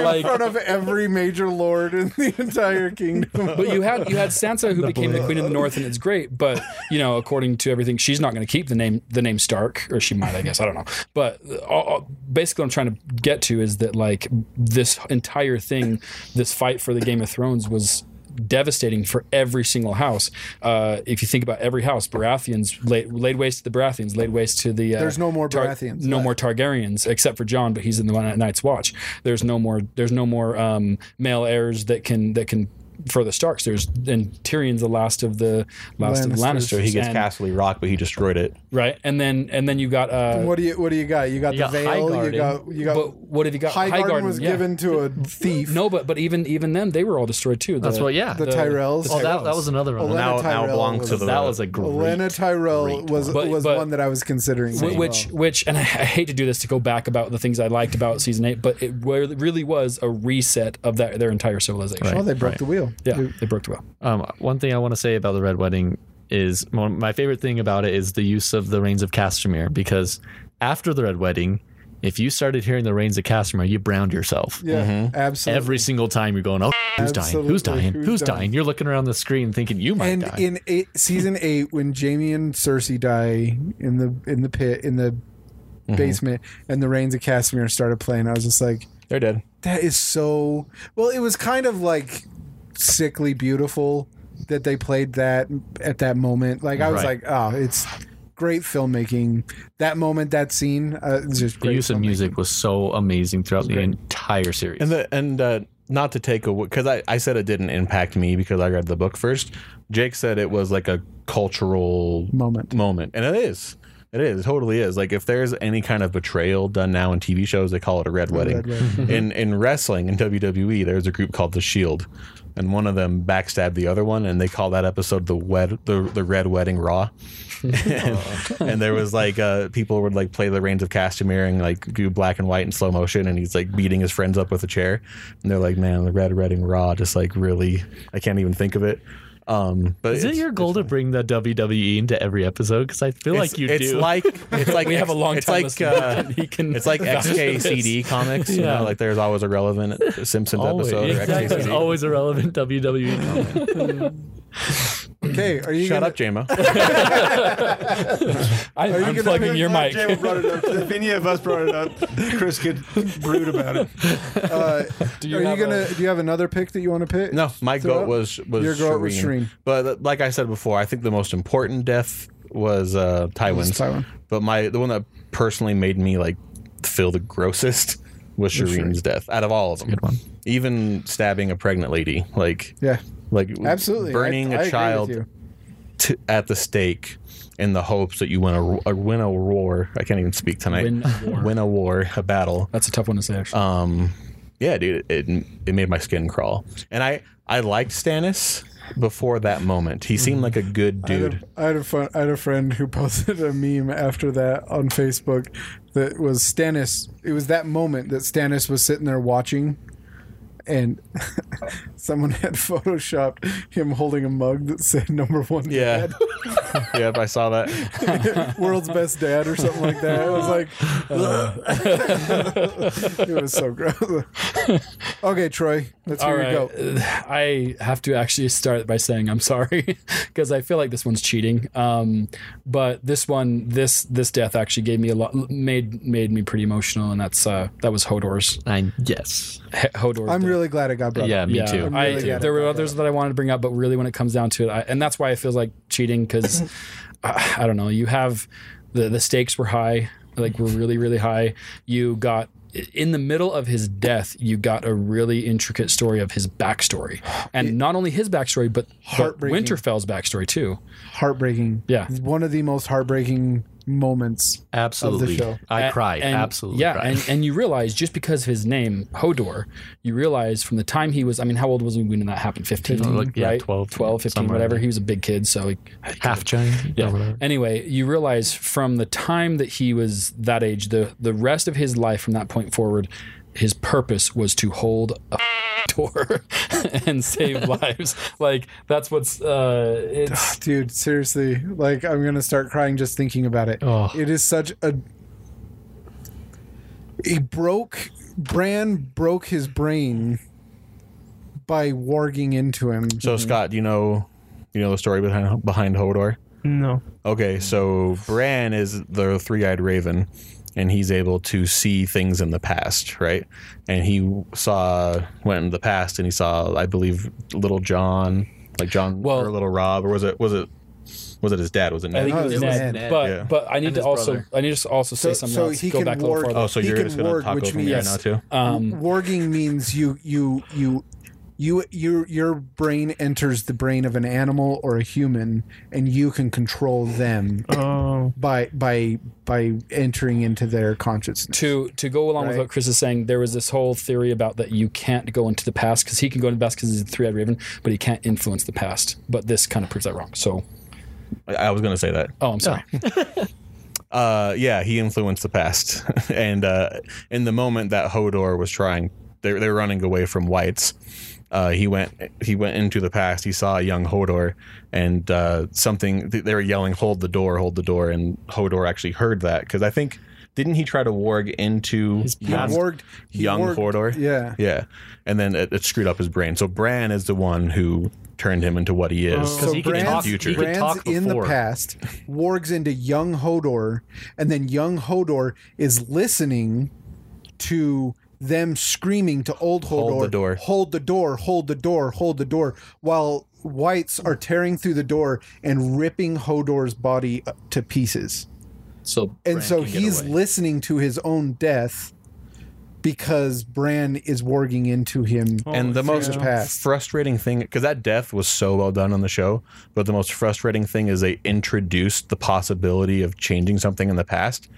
like
in front of every major lord in the entire kingdom.
But you had you had Sansa who became the queen of the North, and it's great. But you know, according to everything, she's not going to keep the name the name Stark, or she might, I guess. I don't know. But all, all- basically, what I'm trying to get to is that like this entire thing, this fight for the Game of Thrones was devastating for every single house. Uh, if you think about every house, Baratheons laid, laid waste to the Baratheons, laid waste to the. Uh,
There's no more Baratheons
No more Targaryens, except for John, but he's in the one at Night's Watch. There's no more. There's no more um, male heirs that can that can for the Starks. There's and Tyrion's the last of the last of the
Lannisters.
Lannisters.
So
he gets
and,
Castle Rock, but he destroyed it.
right, and then and then you got. Uh,
What do you What do you got? You got
You
the
got
veil. You
Highgarden.
got you got.
but what have you got?
Highgarden,
Highgarden
was
yeah.
given to a thief.
No, but but even even them, they were all destroyed too.
That's
The-
what. Yeah.
the Tyrells.
Oh, that, that was another one.
Elena
Now now it
Tyrell
belongs to
was-
the
that was a great.
Elena Tyrell was
But-
was
but-
one that I was considering.
Wh-
as
which
well.
which and I, I hate to do this to go back about the things I liked about season eight, but it wa- really was a reset of that their entire civilization.
Oh, they broke the wheel.
Yeah, they broke the well.
Um, one thing I want to say about the Red Wedding is one, my favorite thing about it is the use of the reigns of Castamere because after the Red Wedding, if you started hearing the reigns of Castamere, you browned yourself.
Yeah, absolutely.
Every single time you're going, oh, who's dying? Who's
Absolutely.
dying?
Who's
Who's,
dying?"
dying? You're looking around the screen thinking you might
and
die.
in eight, season eight, when Jamie and Cersei die in the in the pit in the basement, and the reigns of Casimir started playing, I was just like,
They're dead.
That is so well. It was kind of like sickly beautiful that they played that at that moment. Like I was
Right.
like, oh, it's great filmmaking. That moment, that scene, uh, it's just
the
great
use of
filmmaking.
music was so amazing throughout the entire series.
And the and uh, not to take away because I, I said it didn't impact me because I read the book first. Jake said it was like a cultural
Moment.
moment, and it is. It is it totally is. Like if there's any kind of betrayal done now in TV shows, they call it a red wedding.
Red wedding.
in in wrestling in WWE, there's a group called the Shield, and one of them backstabbed the other one, and they call that episode the wed the the red wedding Raw. and, and there was like uh, people would like play the reigns of Castamere and like do black and white in slow motion, and he's like beating his friends up with a chair, and they're like, man, the red wedding Raw, just like really, I can't even think of it. Um, but
Is it
it's-
your goal to bring the WWE into every episode? Because I feel
it's,
like you
it's
do.
like it's like
we have a long
it's
time
like
listener,
uh,
and he can
it's like
vouch for this.
XKCD comics. You
Yeah.
know, like there's always a relevant Simpsons
always,
episode or
exactly.
XKCD.
always a relevant WWE. comment.
Okay, are you
Shut
gonna,
up, JMO.
I,
you
am
gonna
plugging
pick
your mic.
Jay brought it up. If any of us brought it up, Chris could brood about it.
Uh,
Do you
are you
have
gonna?
a-
do you have another pick that you want to pick?
No, my
Throw
goat
up?
was was
Your goat was Shireen.
But uh, like I said before, I think the most important death was uh, Tywin's.
Tywin.
But my the one that personally made me like feel the grossest was Shireen's death. Out of all of them, good one. Even stabbing a pregnant lady, like
Yeah,
like
absolutely. I-
burning a
I agree with
child
you.
t- at the stake in the hopes that you win a, a win a war. I can't even speak tonight.
Win a war.
Win a war, a battle.
That's a tough one to say, actually.
Um, yeah, dude, it it made my skin crawl. And I I liked Stannis before that moment. He seemed like a good
I had a-
dude.
I had a fun, I had a friend who posted a meme after that on Facebook that was Stannis. It was that moment that Stannis was sitting there watching, and someone had photoshopped him holding a mug that said "Number One
Yeah.
Dad,
yep, I saw that.
World's Best Dad" or something like that. I was like, it was so gross. okay, Troy, let's hear your goat.
Uh, I have to actually start by saying I'm sorry because I feel like this one's cheating. Um, but this one, this this death actually gave me a lot, made made me pretty emotional, and that's uh, that was Hodor's
I- yes.
Hodor's.
I'm
death.
really glad I got brought
Yeah,
up.
me
yeah,
too.
I'm
I,
really glad I
there were
brought
others that I wanted to bring up, but really, when it comes down to it, I, and that's why it feels like cheating because I, I don't know. You have the the stakes were high, like were really really high. You got in the middle of his death, you got a really intricate story of his backstory, and not only his backstory, but, but
Heartbreaking.
Winterfell's backstory too.
Heartbreaking.
Yeah.
one of the most heartbreaking moments
Absolutely.
show.
I
A-
cried.
and-
Absolutely.
Yeah,
cried.
and and you realize just because of his name Hodor, you realize from the time he was, I mean, how old was he when that happened? Fifteen,
like, yeah,
right?
12,
12, 15,
somewhere in
whatever.
there.
He was a big kid, so he,
half giant.
Yeah.
Or whatever.
Anyway, you realize from the time that he was that age, the the rest of his life from that point forward, his purpose was to hold a door and save lives. Like that's what's uh, it's
dude seriously like i'm gonna start crying just thinking about it
Oh.
it is such a he broke bran broke his brain by warging into him
So Scott, do you know you know the story behind behind Hodor?
No.
Okay, so Bran is the three eyed raven, and he's able to see things in the past, right? And he saw, went in the past, and he saw, I believe, Little John, like John
Well-
or Little Rob, or was it, was it, was it his dad? Was it
I
Ned?
think it
No,
was
it was
Ned,
Ned.
but
Yeah.
but I need to
his
also
brother.
I need to also say
So-
something
so
else.
he
Go
can
back a little
ward-
farther.
oh, so
He
you're
can
just going
ward,
to talk
which
over me right
means- uh,
now, too?
um,
warging means you you you you your your brain enters the brain of an animal or a human and you can control them
Oh.
by by by entering into their consciousness
to to go along with
Right.
what Chris is saying, there was this whole theory about that you can't go into the past because he can go into the past because he's a three-eyed raven, but he can't influence the past. But this kind of proves that wrong. So,
I I was going to say that.
oh, I'm sorry.
Uh, yeah, he influenced the past, and uh, in the moment that Hodor was trying, they they were running away from whites. Uh, he went he went into the past. He saw a young Hodor, and uh, something th- they were yelling, "Hold the door! Hold the door!" And Hodor actually heard that because I think didn't he try to warg into
he
young-
warged he
young
warged-
Hodor?
yeah
yeah, and then it, it screwed up his brain. So Bran is the one who turned him into what he is.
Oh.
So
he can
Bran's,
talk-
future.
he can
Bran's
talk
in the
before.
past, wargs into young Hodor, and then young Hodor is listening to them screaming to old Hodor,
Hold the door.
hold the door, hold the door, hold the door, while whites are tearing through the door and ripping Hodor's body up to pieces.
So
And so
Bran can get
he's
away.
listening to his own death because Bran is warging into him.
and the most
Past.
frustrating thing because that death was so well done on the show but the most frustrating thing is they introduced the possibility of changing something in the past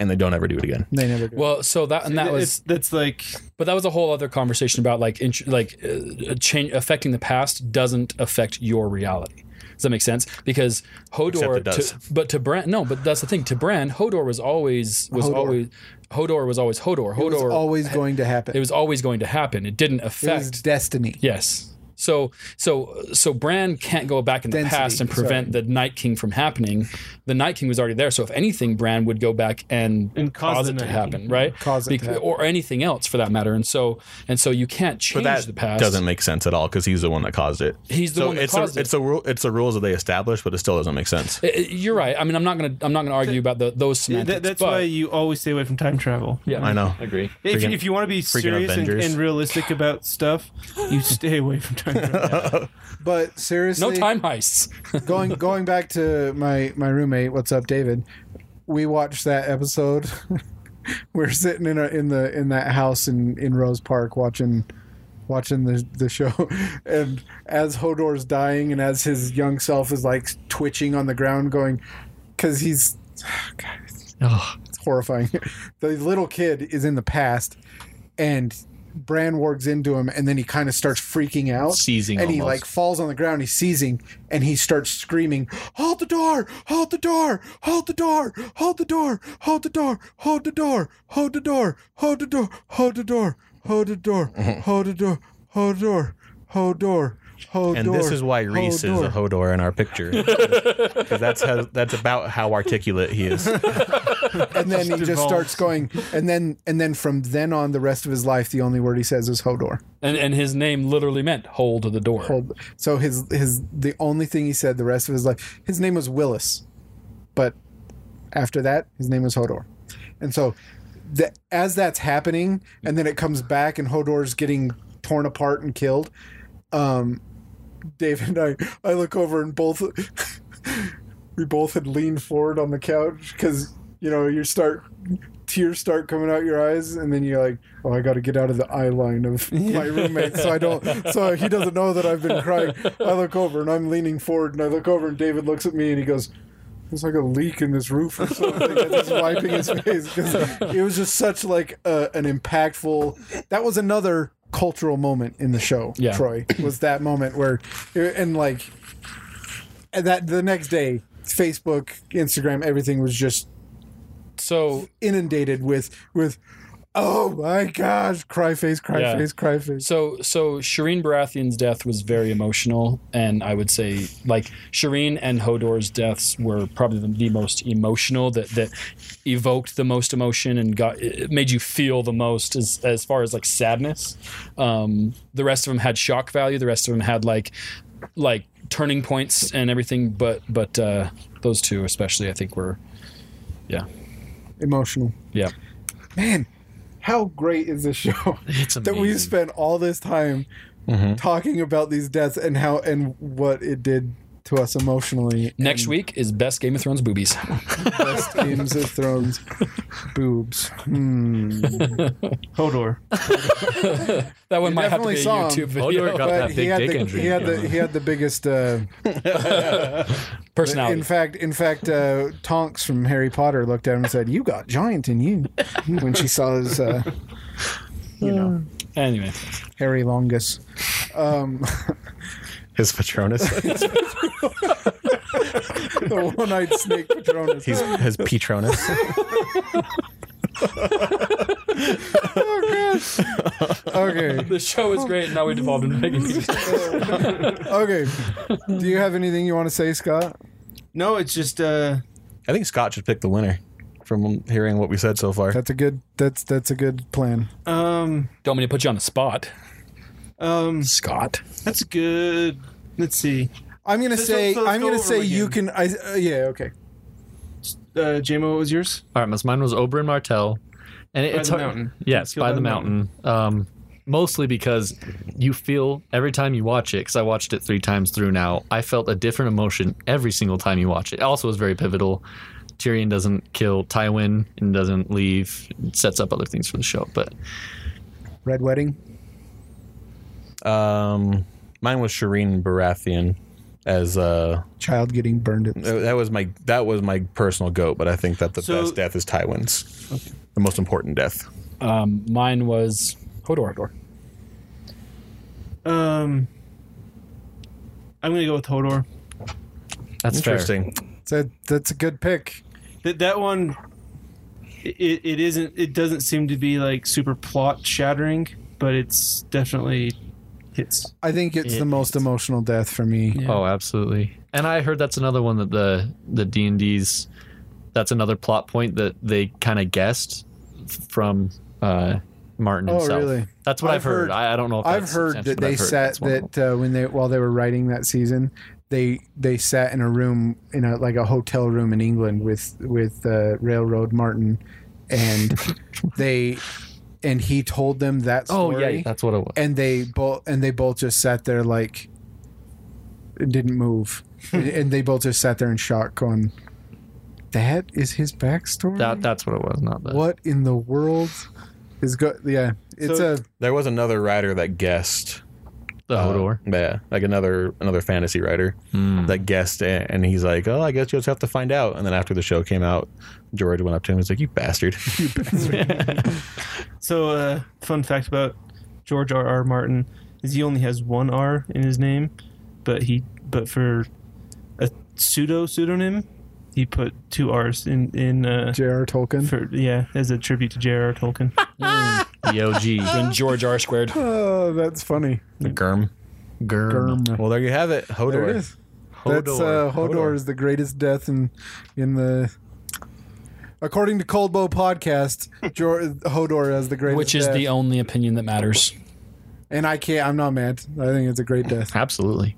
and they don't ever do it again
They never do.
Well, so that and that was
it's, that's like
But that was a whole other conversation about like int- like uh, change affecting the past doesn't affect your reality. Does that make sense? Because
Except
Hodor,
it does.
to- but to Bran, no, but that's the thing. To Bran, Hodor was always was
Hodor.
always Hodor was always Hodor. Hodor
it was always going to happen.
it was always going to happen. It didn't
It was
affect.
destiny.
yes. So so so Bran can't go back in the
Density,
past and prevent the Night King from happening. The Night King was already there. So if anything, Bran would go back and
And cause
cause
the
it to
Night
happen,
King.
right?
Cause it to happen.
or anything else for that matter. And so and so you can't
but
change
that
the past.
doesn't make sense at all because he's the one that caused it
He's the
so
one that
it's
caused
a,
it.
it's a rule it's the rules that they established but it still doesn't make sense
I- I- Uh, You're right. I mean, I'm not gonna I'm not gonna argue about the, those
th-
semantics.
that's
but
why you always stay away from time travel.
yeah,
i know
Agree.
If,
Freaking-
if you want to be serious and,
Avengers.
and realistic about stuff, you stay away from time travel.
But seriously,
No time heists.
going going back to my my roommate what's up david we watched that episode we're sitting in a, in the in that house in in rose park watching watching the the show and as hodor's dying and as his young self is like twitching on the ground going because he's
Oh,
it's horrifying the little kid is in the past and Bran wargs into him, and then he kind of starts freaking out,
Seizing
and he
almost.
like falls on the ground. He's seizing, and he starts screaming, "Hold the door! Hold the door! Hold the door! Hold the door! Hold the door! Hold the door! Hold the door! Hold the door! Hold the door! Hold the door! Hold the door! Hold the door! Hold door! Hold
and
door!
this is why
Hold
Reese is
door."
a Hodor in our picture, because that's how, that's about how articulate he is.
and then he just
devolves.
starts going, and then and then from then on, the rest of his life, the only word he says is "Hodor."
And and his name literally meant hold to the door.
Hold- So his his the only thing he said the rest of his life. His name was Willis, but after that, his name was Hodor, and so the, as that's happening, and then it comes back, and Hodor's getting torn apart and killed. Um, Dave and I, I look over, and both we both had leaned forward on the couch because you know you start. Tears start coming out your eyes, and then you're like, "Oh, I got to get out of the eye line of my roommate, so I don't, so he doesn't know that I've been crying." I look over, and I'm leaning forward, and I look over, and David looks at me, and he goes, there's like a leak in this roof or something. and he's wiping his face 'cause it was just such like a, an impactful. That was another cultural moment in the show.
Yeah.
Troy was that moment where, and like, and that the next day, Facebook, Instagram, everything was just
So
inundated with with, oh my gosh, cry face, cry
Yeah.
face, cry face.
So so Shireen Baratheon's death was very emotional, and I would say like Shireen and Hodor's deaths were probably the, the most emotional that that evoked the most emotion and got it made you feel the most as as far as like sadness. Um, the rest of them had shock value. The rest of them had like like turning points and everything, but but uh, those two especially, I think were yeah
Emotional.
yeah.
Man, how great is this show?
it's
that
amazing.
we've spent all this time talking about these deaths and how and what it did to us emotionally.
Next week is best Game of Thrones boobies.
Best Games of Thrones boobs. Hmm.
Hodor.
That one might have to
definitely
be a
saw 'em.
YouTube
Hodor
video.
got that
But he
big
had,
dick
the,
injury.
he had the he had the biggest. Uh,
Personality.
in fact, in fact, uh, Tonks from Harry Potter looked at him and said, "You got giant in you." When she saw his, uh, you know,
Anyway,
Harry Longus. Um,
His Patronus,
the one-eyed snake Patronus.
he's his Patronus.
okay.
the show is great, and now we devolved into making.
Okay. Do you have anything you want to say, Scott?
No, it's just uh,
I think Scott should pick the winner from hearing what we said so far.
That's a good. That's that's a good plan.
um,
Don't mean to put you on the spot,
um,
Scott.
that's good. Let's see.
I'm gonna
So-
say.
so let's
I'm
go
gonna
over
say
them
you can. I uh, yeah. Okay.
Uh, JMO, what was yours?
All right, mine was Oberyn Martell, and it,
By
it's
the
hard.
mountain.
Yes,
Killed
by the mountain. Um, mostly because you feel every time you watch it. Because I watched it three times through now. I felt a different emotion every single time you watch it. It also was very pivotal. Tyrion doesn't kill Tywin and doesn't leave. It sets up other things for the show, but
Red Wedding.
Um, mine was Shireen Baratheon as uh
Child getting burned. At,
that was my that was my personal goat, but I think that the
So-
best death is Tywin's, the most important death.
Um, mine was Hodor. Hodor.
Um, I'm gonna go with Hodor.
that's Fair.
Interesting.
that, that's a good pick.
That that one, it, it isn't. It doesn't seem to be like super plot shattering, but it's definitely hits.
I think it's
Yeah.
the most emotional death for me.
Oh, absolutely. And I heard that's another one that the the D and D's. That's another plot point that they kind of guessed f- from uh, Martin
Oh,
himself.
really?
That's what I've,
I've
heard.
heard-
I, I don't know. if
I've
that's
heard
substantial,
that
but I've
they
heard
sat
that's one of them.
that uh, when they while they were writing that season, they they sat in a room in a like a hotel room in England with with uh, Railroad Martin, and they and he told them that
Oh
story.
yeah, that's what it was.
and they both and they both just sat there like and didn't move, and, and they both just sat there in shock, going, "That is his backstory.
That that's what it was. Not that.
what in the world is go? Yeah, it's
So-
a."
There was another writer that guessed.
the
uh,
Hodor.
yeah, like another another fantasy writer that guessed, a- and he's like, "Oh, I guess you'll just have to find out." And then after the show came out, George went up to him and was like, "You bastard!"
So, uh, fun fact about George R. R. Martin is he only has one R in his name, but he but for a pseudo pseudonym, he put two R's in in uh,
J.R. Tolkien.
for yeah as a tribute to J.R.R. Tolkien.
The OG.
Then George R. Squared.
Oh, that's funny.
the Gurm.
Gurm.
Gurm.
Well, there you have it, Hodor.
There it is. That's uh, Hodor,
Hodor.
is the greatest death in in the. According to Coldbow podcast, Jor- Hodor has the greatest,
Which is
death.
the only opinion that matters.
and I can't. I'm not mad. I think it's a great death.
Absolutely.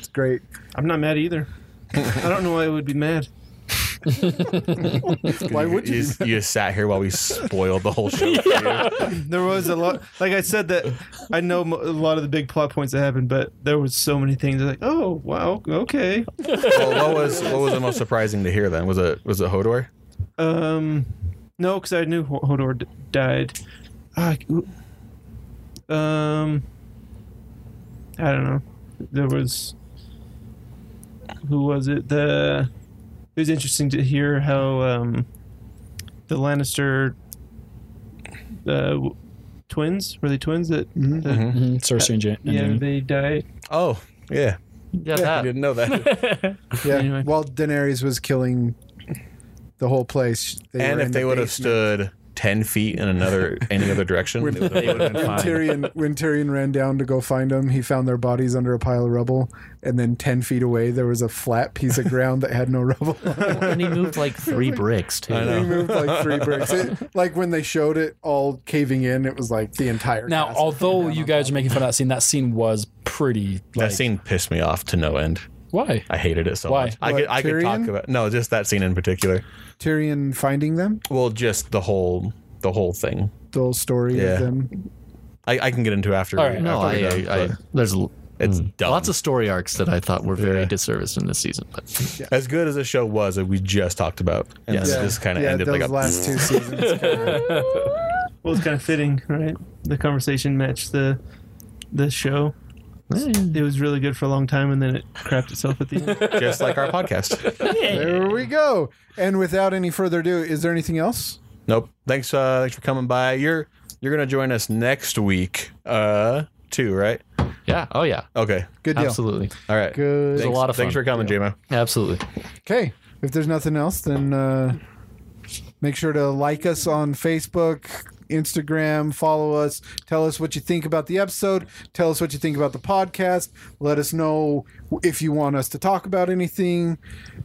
It's great.
I'm not mad either. I don't know why I would be mad.
Why would you?
You just, you just sat here while we spoiled the whole show. for you.
There was a lot, like I said, that I know mo- a lot of the big plot points that happened, but there was so many things. Like, oh wow, okay.
Well, what was what was the most surprising to hear then? Was it was it Hodor?
Um, no, because I knew Ho- Hodor d- died. Ah, I- ooh. um, I don't know. There was who was it? The it was interesting to hear how um the Lannister uh, w- twins were they twins that, that
Mm, Cersei and, Jan- and
yeah
Jaime.
they died.
Oh, yeah.
Yeah,
I
that.
didn't know that.
yeah.
anyway.
While Daenerys was killing the whole place, they
and
were
if
in
they
the
would have
basement.
stood ten feet in another any other direction, it would have been
When Tyrion, when Tyrion ran down to go find them, he found their bodies under a pile of rubble, and then ten feet away there was a flat piece of ground that had no rubble.
and he moved like three bricks too.
They moved like three bricks. It, like when they showed it all caving in, it was like the entire.
Now,
castle.
although you guys are making fun of that scene, that scene was pretty.
That
like-
scene pissed me off to no end.
Why?
I hated it so
Why?
much. I
What,
could I could talk
Tyrion?
about no, just that scene in particular.
Tyrion finding them,
Well, just the whole the whole thing.
the whole story
Yeah.
of them.
I, I can get into after.
All right.
No, I,
after we're
I, I
done,
there's l-
but it's dumb.
lots of story arcs that I thought were very
Yeah.
disserviced in this season, but
as good as the show was that we just talked about. And
Yes.
then it just kind of
yeah,
ended
those
like a
last two seasons. kinda-
Well, it's kind of fitting, right? The conversation matched the the show. It was really good for a long time, and then it crapped itself at the end.
just like our podcast.
there we go. And without any further ado, is there anything else?
Nope. Thanks. Uh, thanks for coming by. You're you're gonna join us next week. Uh, too right?
yeah. Oh yeah.
Okay.
Good deal.
Absolutely.
All right.
Good.
Thanks,
a lot of
thanks
fun.
for coming, Jamo.
Absolutely.
Okay. If there's nothing else, then uh, make sure to like us on Facebook, Instagram, follow us, tell us what you think about the episode, tell us what you think about the podcast, let us know if you want us to talk about anything,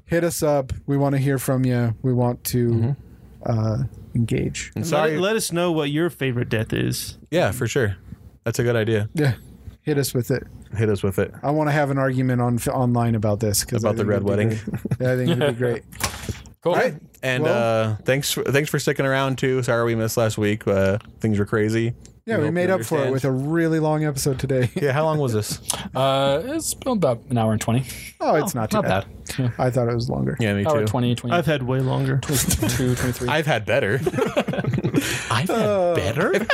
hit us up. We want to hear from you. We want to
Mm-hmm.
uh, engage.
I'm sorry.
Let, let us know what your favorite death is.
yeah, for sure. That's a good idea.
Yeah. Hit us with it.
Hit us with it.
I want to have an argument on online about this 'cause I
About the
think
red
it'd be
wedding.
great. Yeah, I think it'd be great.
Cool.
All right. And
Well-
uh, thanks thanks for sticking around too. Sorry we missed last week. Uh, things were crazy.
Yeah, we
hope
made
you
up for it
understand.
with a really long episode today.
Yeah, how long was this?
Uh, it's about an hour and 20.
oh, it's not too
Not
bad.
bad.
I thought it was longer.
Yeah, me
Hour
too.
20, 20
I've had way longer.
22, 23.
I've had better.
I've had
Uh,
better.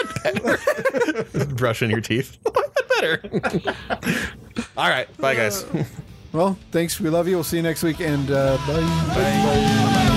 Brushing your teeth. better. All right. Bye, guys.
Well, thanks. We love you. We'll see you next week. And uh, bye. bye.